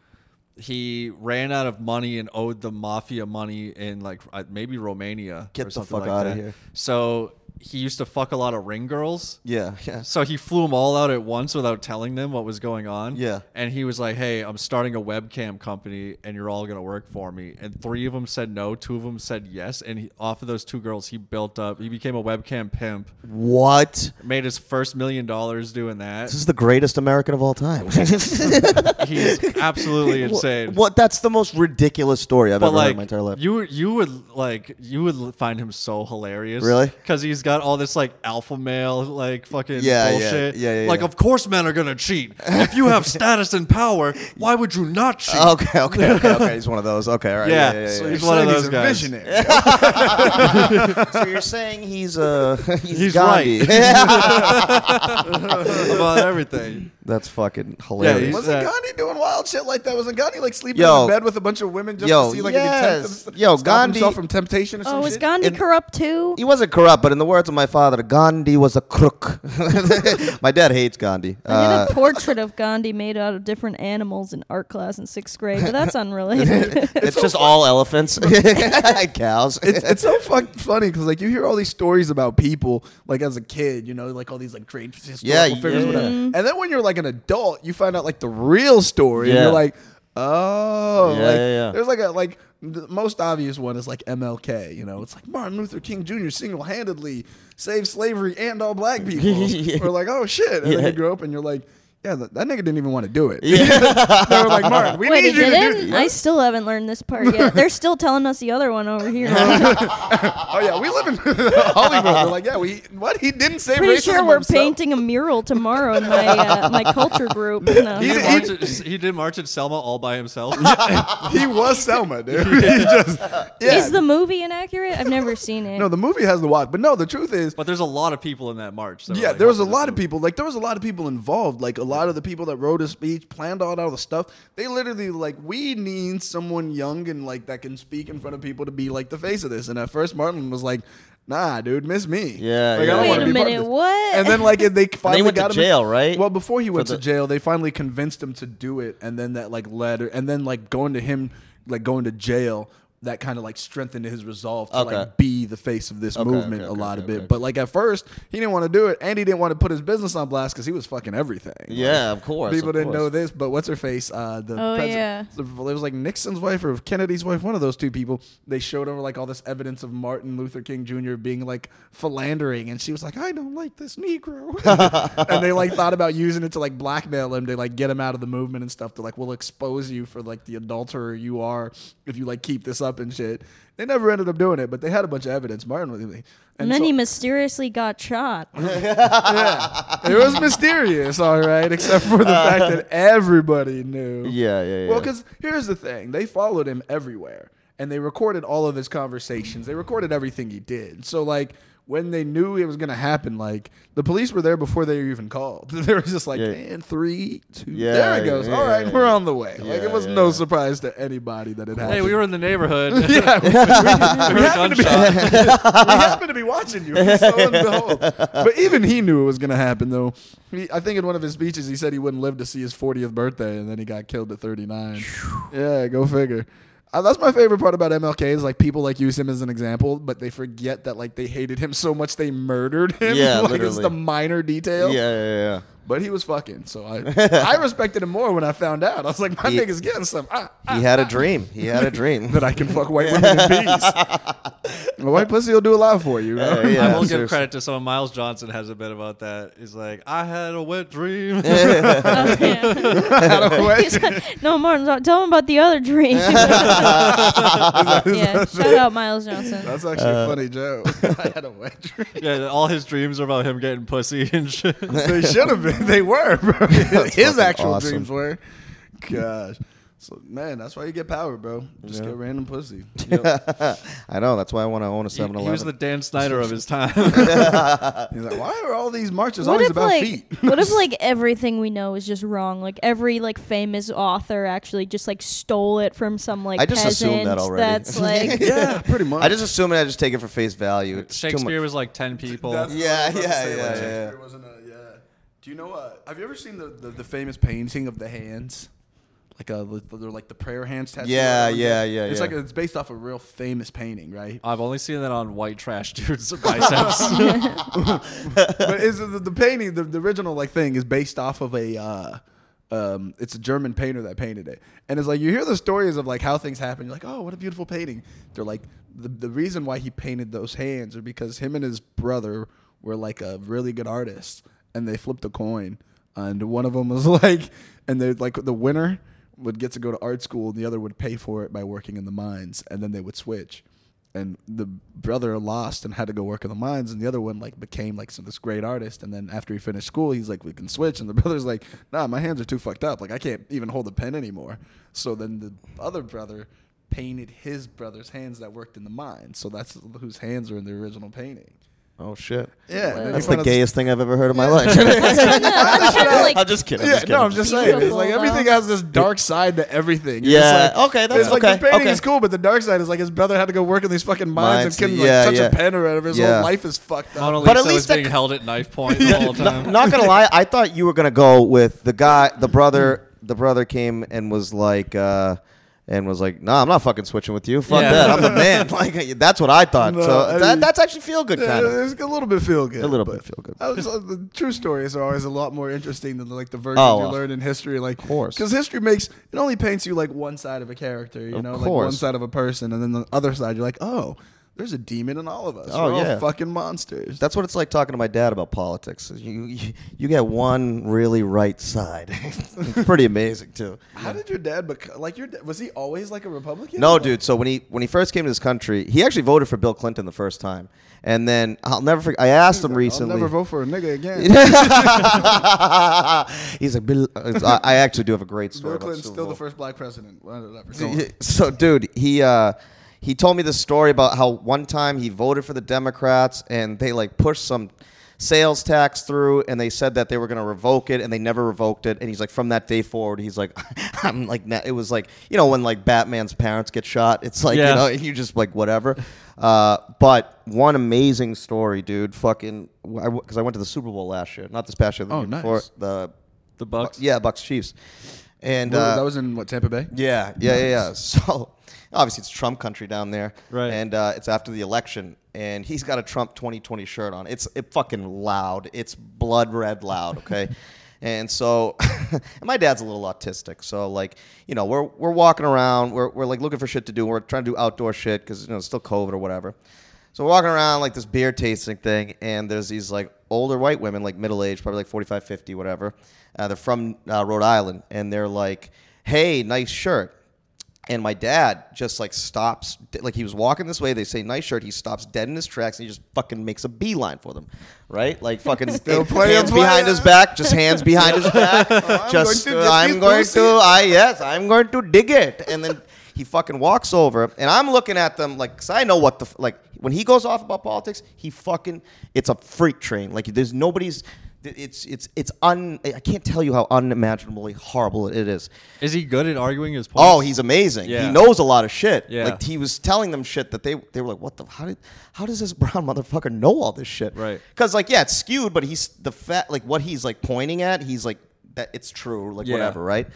He ran out of money and owed the mafia money in like uh, maybe Romania.
Get
or
the
something
fuck
like
outta
that.
here.
So he used to fuck a lot of ring girls.
yeah, yeah.
So he flew them all out at once without telling them what was going on.
Yeah.
And he was like, "Hey, I'm starting a webcam company, and you're all gonna work for me." And three of them said no, two of them said yes, and he, off of those two girls, he built up. He became a webcam pimp,
What?
made his first million dollars doing that.
This is the greatest American of all time.
He's absolutely insane.
What? That's the most ridiculous story I've
But
ever heard
like
in my entire life.
you, you would like you would l- find him so hilarious,
Really?
because he's got all this like alpha male like fucking
Yeah, yeah,
bullshit.
yeah, yeah,
like
yeah.
of course men are gonna cheat. if you have status and power, why would you not cheat?
okay, okay, okay, okay. He's one of those. Okay, all right.
Yeah.
Yeah, yeah, yeah,
So
yeah.
He's one of
Saying he's
those
a
guys.
visionary.
So you're saying he's uh he's,
He's
Gandhi.
about everything.
That's fucking hilarious.
he's-
Wasn't
that-
Gandhi doing wild shit like that? Wasn't Gandhi like sleeping
Yo.
in bed with a bunch of women just
Yo,
to see like
yes.
if he tempted
Yo,
stop
Gandhi-
himself from temptation or
Oh,
some
was
shit?
Gandhi
And-
corrupt too?
he wasn't corrupt, but in the words of my father, Gandhi was a crook. my dad hates Gandhi.
I
Uh,
did a portrait of Gandhi made out of different animals in art class in sixth grade, but that's unrelated.
it's just all elephants and cows.
it's, it's so fuck funny because like you hear all these stories about people like as a kid, you know, like all these like great historical
Yeah, yeah,
figures,
yeah.
whatever. And then when you're like an adult, you find out like the real story, and
Yeah.
you're like, oh,
Yeah,
like,
yeah, yeah.
There's like a like the most obvious one is like MLK. You know, it's like Martin Luther King Jr. single handedly saved slavery and all black people.
Yeah.
We're like, oh shit, and
Yeah.
then you grow up and you're like. yeah, that, that nigga didn't even want to do it.
Yeah.
they were like, Martin, we
Wait,
need
it
you to do
didn't?
it.
I still haven't learned this part yet. They're still telling us the other one over here.
Oh yeah, we live in Hollywood. They're like, yeah, we what? He didn't say
Pretty
racism
sure we're
himself.
painting a mural tomorrow in my uh, my culture group. No.
He did,
He-
march at, he did march at Selma all by himself.
He was Selma, dude. he just yeah.
Is the movie inaccurate? I've never seen it.
no, the movie has the watch, but no, the truth is,
but there's a lot of people in that march. that were,
yeah,
like,
there was a
helping
lot of
this
people. Like there was a lot of people involved. Like a lot of the people that wrote a speech, planned all that other stuff. They literally like we need someone young and like that can speak in front of people to be like the face of this. And at first, Martin was like, "Nah, dude, miss me.
Yeah,
like,
yeah.
wanna
Wait a
be part of
minute,
this."
what?
And then like if they finally
went to
got him
jail, right?
Well, before he went
For
to
the-
jail, they finally convinced him to do it, and then that like led, and then like going to him, like going to jail. That kind of like strengthened his resolve to
Okay.
like be the face of this
Okay,
movement
okay,
a
okay,
lot of
okay,
bit.
okay.
But like at first, he didn't want to do it, and he didn't want to put his business on blast because he was fucking everything.
Yeah,
Like,
of course,
People
of
didn't
course.
know this, but what's her face? Uh, the
Oh,
president- the-
yeah.
it was like Nixon's wife or Kennedy's wife, one of those two people. They showed over like all this evidence of Martin Luther King Jr. being like philandering, and she was like, "I don't like this Negro," and they like thought about using it to like blackmail him to like get him out of the movement and stuff. They're like, "We'll expose you for like the adulterer you are if you like keep this up and shit." They never ended up doing it, but they had a bunch of evidence. Martin was, and,
And then
so-
he mysteriously got shot.
yeah, it was mysterious, all right, except for the fact that everybody knew.
Yeah, yeah, yeah.
Well, because here's the thing: they followed him everywhere, and they recorded all of his conversations. They recorded everything he did. So, like, when they knew it was gonna happen, like the police were there before they were even called. they were just like,
Yeah.
"And three, two,
Yeah,
there it goes.
yeah,
all right,
yeah,
we're
yeah.
on the way." like,
Yeah,
it was
yeah,
no
yeah.
surprise to anybody that it
movie.
happened.
Hey, we were in the neighborhood. heard
Yeah, we, we, we happened to be, we
gunshot.
happened to be watching you. So lo and behold. But even he knew it was going to happen, though. He, I think in one of his speeches, he said he wouldn't live to see his 40th birthday, and then he got killed at 39. yeah, go figure. Uh, that's my favorite part about MLK is like people like use him as an example, but they forget that like they hated him so much they murdered him.
Yeah,
like it's
literally.
the minor
yeah,
detail.
yeah, yeah.
But he was fucking, so I I respected him more when I found out. I was like, my
He-
nigga's getting some. Ah,
He had a dream. He had a dream.
that I can fuck white women in peace. A white pussy will do a lot for you.
Uh,
I
yeah,
will give
seriously.
credit to someone. Miles Johnson has a bit about that. He's like, I had a wet dream.
Oh, yeah. He's like, no, Martin, don't- tell him about the other dream. yeah, shout out Miles Johnson.
That's actually
Uh,
a funny joke. I had a wet dream.
yeah, all his dreams are about him getting pussy and shit.
They should have been. They were. Bro. His
fucking
actual
awesome.
dreams were. Gosh. So man, that's why you get power, bro. Just get random pussy.
I know. That's why I want to own a
He, he
7
was the
Eleven.
Dan Snyder of his time.
He's like, why are all these marches
What
always
if
about
like
feet?
what if like everything we know is just wrong? Like every like famous author actually just like stole it from some like
I just assumed
peasant
that already.
that's like
yeah, pretty much.
I just assume it. I just take it for face value. It's too much.
Shakespeare was like 10 people.
That's-
Yeah,
I was about to
yeah,
say,
yeah,
like,
yeah.
Shakespeare wasn't a- yeah. Do you know what? Have you ever seen the, the, the famous painting of the hands? Like a, they're like the prayer hands tattoo.
Yeah,
on it.
yeah, yeah,
It's
yeah.
like it's based off a real famous painting, right?
I've only seen that on white trash dudes' biceps.
but is the, the painting the, the original like thing is based off of a uh, um, it's a German painter that painted it, and it's like you hear the stories of like how things happen. You're like, oh, what a beautiful painting. They're like the the reason why he painted those hands are because him and his brother were like a really good artist, and they flipped a coin, and one of them was like, and they like the winner would get to go to art school, and the other would pay for it by working in the mines, and then they would switch and the brother lost and had to go work in the mines and the other one like became like some, this great artist and then after he finished school he's like we can switch and the brother's like nah my hands are too fucked up like i can't even hold a pen anymore so then the other brother painted his brother's hands that worked in the mines so that's whose hands are in the original painting
Oh shit.
yeah and then
That's
he found
the
out-
gayest thing I've ever heard in my life.
that's kind of like
I'm just kidding. I'm
yeah,
just kidding.
no, I'm just saying. It's
Beautiful,
like everything
though.
has this dark side to everything. You're
Yeah,
just like-
okay, that's-
it's like
okay,
the painting
okay.
is cool, but the dark side is like his brother had to go work in these fucking mines,
Mines,
and couldn't like
yeah,
touch
yeah.
a pen or whatever. His
Yeah.
whole life is fucked up.
Mona Lisa
But at
was
least that-
being held at knife point the whole time.
Not gonna lie, I thought you were gonna go with the guy, the brother.
Mm.
The brother came and was like, uh, and was like, "Nah, I'm not fucking switching with you. Fuck
Yeah.
that. I'm the man." Like that's what I thought.
No,
so
I mean-
that, that's actually feel good kind
Yeah,
of.
it's a little bit feel good.
A little bit
but-
feel good.
I was, uh, the true stories are always a lot more interesting than like the versions
Oh,
you
uh,
learn in history. Like, of
course.
because history makes it only paints you like one side of a character. You
Of
know, like one
course.
side of a person, and then the other side you're like, oh, there's a demon in all of us.
Oh,
We're
yeah.
all fucking monsters.
That's what it's like talking to my dad about politics. is You you, you get one really right side. it's pretty amazing too.
How did your dad become like your dad? Was he always like a Republican?
No, dude. So when he when he first came to this country, he actually voted for Bill Clinton the first time, and then I'll never forget. I asked him
I'll
recently.
never vote for a nigga again.
He's like, Bill. I I actually do have a great story.
Bill
about
Clinton's
Super
still
Bowl.
the first black president. Whatever. Go on.
Y- so dude he uh he told me this story about how one time he voted for the democrats and they like pushed some sales tax through and they said that they were going to revoke it and they never revoked it and he's like from that day forward he's like i'm like nah. it was like you know when like batman's parents get shot it's like
Yeah.
you know and you just like whatever uh, but one amazing story dude fucking because I, went to the super bowl last year not this past year the
Oh,
year
nice.
before, the
The Bucks.
yeah bucks chiefs and
Well,
uh,
that was in what Tampa Bay.
yeah, yeah, yeah, yeah. So obviously it's Trump country down there,
Right.
And uh, it's after the election, and he's got a Trump 2020 shirt on. It's it fucking loud. It's blood red loud. Okay. And so, and my dad's a little autistic. So, like, you know, we're, we're walking around, we're, we're like looking for shit to do. We're trying to do outdoor shit because, you know, it's still COVID or whatever. So, we're walking around like this beer tasting thing, and there's these like older white women, like middle aged, probably like 45, 50, whatever. Uh, they're from uh, Rhode Island, and they're like, hey, nice shirt. And my dad just like stops, like he was walking this way. They say nice shirt. He stops dead in his tracks and he just fucking makes a beeline for them, right? Like fucking
playing,
hands behind his
player.
back, just hands behind his back. just
going to get
I'm
this
going
pussy."
to, I yes, I'm going to dig it. And then he fucking walks over, and I'm looking at them like, cause I know what the f- like when he goes off about politics, he fucking it's a freak train. Like there's nobody's. It's it's it's un. I can't tell you how unimaginably horrible it is.
Is he good at arguing his points?
Oh, he's amazing.
Yeah.
He knows a lot of shit.
Yeah.
Like he was telling them shit that they they were like, "What the? How did? How does this brown motherfucker know all this shit?"
Right.
Because like, yeah, it's skewed, but he's the fat. Like what he's like pointing at, he's like that. It's true. Like
Yeah.
whatever, right?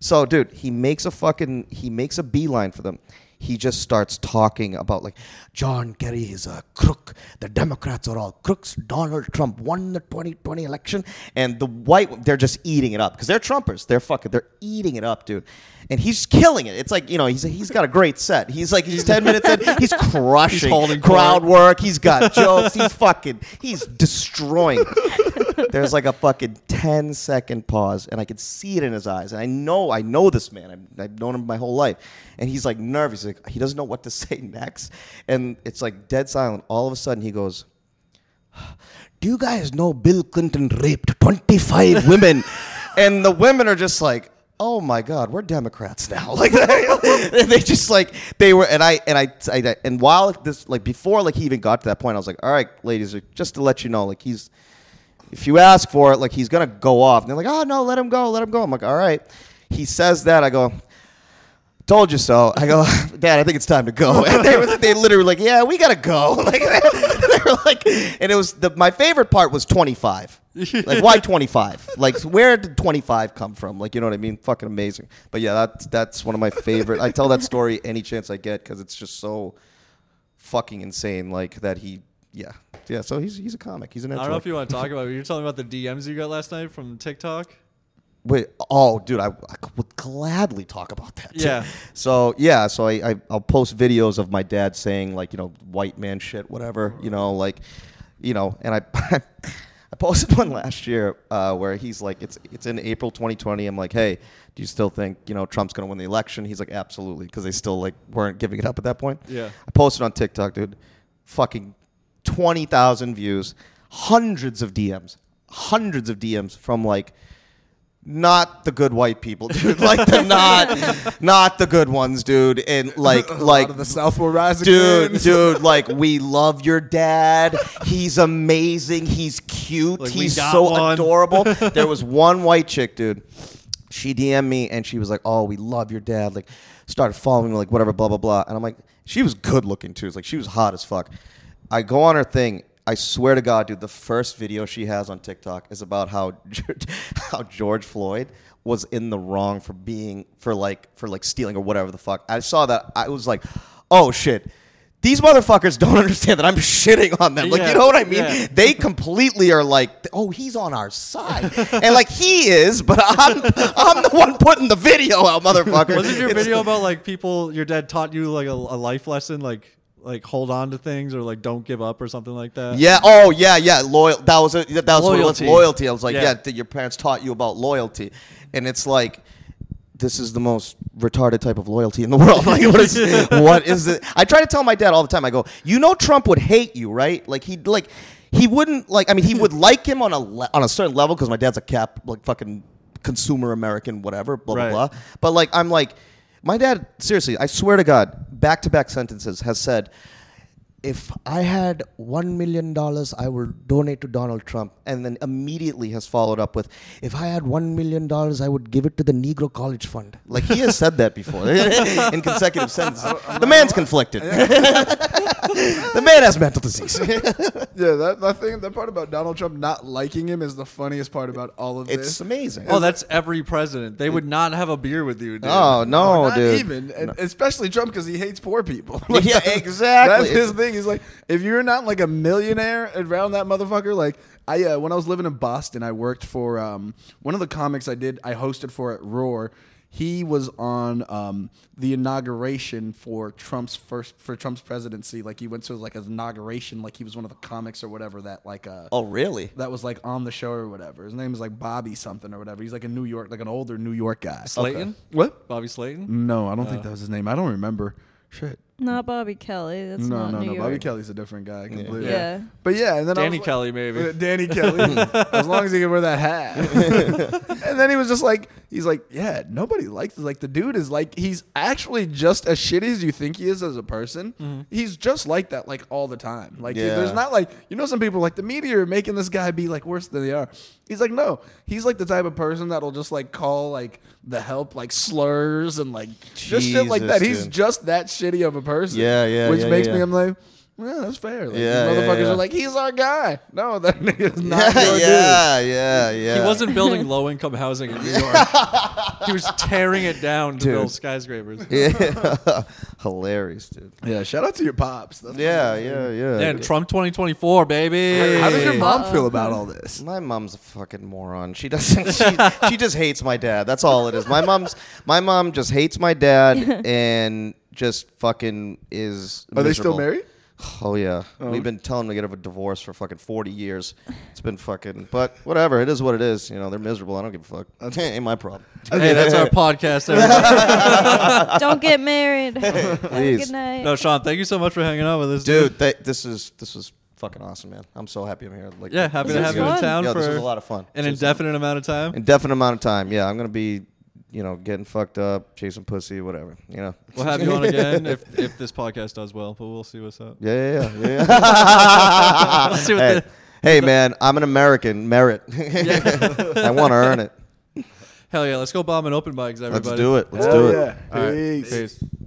So, dude, he makes a fucking he makes a beeline for them. He just starts talking about like John Kerry is a crook. The Democrats are all crooks. Donald Trump won the 2020 election, and the white they're just eating it up because they're Trumpers. They're fucking they're eating it up, dude. And he's killing it. It's like you know he's he's got a great set. He's like he's 10 minutes in. He's crushing
holding
crowd
court.
work. He's got jokes. He's fucking he's destroying. There's like a fucking 10 second pause, and I could see it in his eyes. And I know, I know this man. I've, I've known him my whole life. And he's like nervous. He's like, he doesn't know what to say next. And it's like dead silent. All of a sudden, he goes, Do you guys know Bill Clinton raped 25 women? and the women are just like, Oh my God, we're Democrats now. Like they just like they were, and I and I, I and while this like before like he even got to that point, I was like, all right, ladies, like, just to let you know, like he's if you ask for it, like he's gonna go off. And they're like, oh no, let him go, let him go. I'm like, all right. He says that, I go, told you so. I go, Dad, I think it's time to go. And they, were, they literally were like, yeah, we gotta go. Like they were like, and it was the my favorite part was 25. like why 25? Like where did 25 come from? Like you know what I mean? Fucking amazing. But yeah, that's that's one of my favorite. I tell that story any chance I get because it's just so fucking insane. Like that he. Yeah, yeah. So he's he's a comic. He's an.
I don't know
introvert.
if you want to talk about. it. You're talking about the DMs you got last night from TikTok.
Wait, oh, dude, I, I would gladly talk about that. too.
Yeah.
So yeah, so I, I I'll post videos of my dad saying like you know white man shit whatever you know like, you know, and I I posted one last year uh, where he's like it's it's in April 2020. I'm like, hey, do you still think you know Trump's gonna win the election? He's like, absolutely, because they still like weren't giving it up at that point.
Yeah.
I posted on TikTok, dude. Fucking 20,000 views, hundreds of DMs, hundreds of DMs from like not the good white people, dude. Like the not not the good ones, dude. And like
A lot
like
of the South will rise
dude,
again.
dude, like we love your dad. He's amazing. He's cute.
Like, we
He's
got
so
one.
adorable. There was one white chick, dude. She DM'd me and she was like, "Oh, we love your dad." Like, started following me, like whatever, blah blah blah. And I'm like, she was good looking too. It's like she was hot as fuck. I go on her thing. I swear to God, dude, the first video she has on TikTok is about how how George Floyd was in the wrong for being for like for like stealing or whatever the fuck. I saw that. I was like, oh shit. These motherfuckers don't understand that I'm shitting on them. Like,
Yeah,
you know what I mean?
yeah.
they completely are like, oh, he's on our side, and like he is, but I'm I'm the one putting the video out, motherfucker.
Wasn't your
It's-
video about like people your dad taught you like a, a life lesson like like hold on to things or like don't give up or something like that.
Yeah. Oh, yeah, yeah. Loyal. That was a, that was what it was,
Loyalty.
loyalty. I was like,
Yeah.
yeah. th- your parents taught you about loyalty, and it's like, this is the most retarded type of loyalty in the world. Like, what is what is it? I try to tell my dad all the time. I go, you know, Trump would hate you, right? Like he'd like he wouldn't like. I mean, he would like him on a le- on a certain level because my dad's a cap like fucking consumer American, whatever, blah
Right.
blah blah. But like, I'm like, my dad. Seriously, I swear to God, back to back sentences has said if I had one million dollars, I would donate to Donald Trump, and then immediately has followed up with, if I had one million dollars, I would give it to the Negro College Fund. Like he has said that before in consecutive sentences.
Oh,
The man's conflicted. the man has mental disease.
Yeah, that, that thing, that part about Donald Trump not liking him is the funniest part about all of
It's
this.
amazing.
Oh, that's every president. They would not have a beer with you, dude.
Oh no,
Not
dude.
even, uh, and especially Trump, because he hates poor people. Like,
Yeah,
that's-
exactly.
That's his thing. He's like, if you're not like a millionaire around that motherfucker, like I, uh, when I was living in Boston, I worked for um, one of the comics I did. I hosted for at Roar. He was on um, the inauguration for Trump's first for Trump's presidency. Like he went to like his inauguration, like he was one of the comics or whatever that like uh,
Oh really?
that was like on the show or whatever. His name is like Bobby something or whatever. He's like a New York, like an older New York guy.
Slayton,
What?
Bobby
Mm,
Slayton.
No, I don't think that was his name. I don't remember. Shit.
Not Bobby Kelly. That's
No,
not
no,
New
no.
York.
Bobby Kelly's a different guy. Completely.
Yeah. Yeah.
But yeah, and then I
Danny
was like-
Kelly, maybe.
Uh, Danny Kelly. as long as he can wear that hat. and then he was just like, he's like, yeah, nobody likes. Like the dude is like, he's actually just as shitty as you think he is as a person. He's just like that, like all the time. Like
Yeah.
there's not like you know some people like the media are making this guy be like worse than they are. He's like, no, he's like the type of person that'll just like call like the help like slurs and like just shit like
Jesus,
that. He's
dude.
just that shitty of a person.
Yeah, yeah,
Which
yeah,
makes me
yeah.
I'm like. Yeah, that's fair. Like,
Yeah,
these
yeah,
motherfuckers
yeah.
are like, he's our guy. No, that nigga's not
Yeah,
your
yeah, yeah, yeah.
He wasn't building low income housing in New York. he was tearing it down to
Dude.
build skyscrapers.
Yeah. Hilarious, dude.
dude. Yeah, shout out to your pops. That's
Yeah, yeah, yeah.
And Trump 2024, baby.
How does your
Hey.
mom feel about all this?
My mom's a fucking moron. She doesn't. She, she just hates my dad. That's all it is. My mom's. My mom just hates my dad and just fucking is.
Are they still
miserable.
married?
Oh yeah. We've been telling them to get a divorce for fucking forty years. It's been fucking. But whatever. It is what it is. You know they're miserable. I don't give a fuck. Ain't my problem.
Hey, that's our podcast. everybody.
Don't get married. Have a
Please.
good night.
no, Sean, thank you so much for hanging out with us,
Dude, they, this is this is fucking awesome, man. I'm so happy I'm here. Like,
Yeah, happy
to have you in
guys-
town
Yo, this
for
was a lot of fun.
An
Seriously.
indefinite amount of time.
indefinite amount of time. Yeah, I'm gonna be, you know, getting fucked up, chasing pussy, whatever. You know.
We'll have you on again if, if this podcast does well, but we'll see what's up.
Yeah, yeah, yeah. yeah.
Let's see what
hey,
the-
hey, man, I'm an American. Merit. I want to earn it.
Hell yeah, let's go bomb an open mics, everybody.
Let's do it. Let's do it.
All right,
Peace.
peace.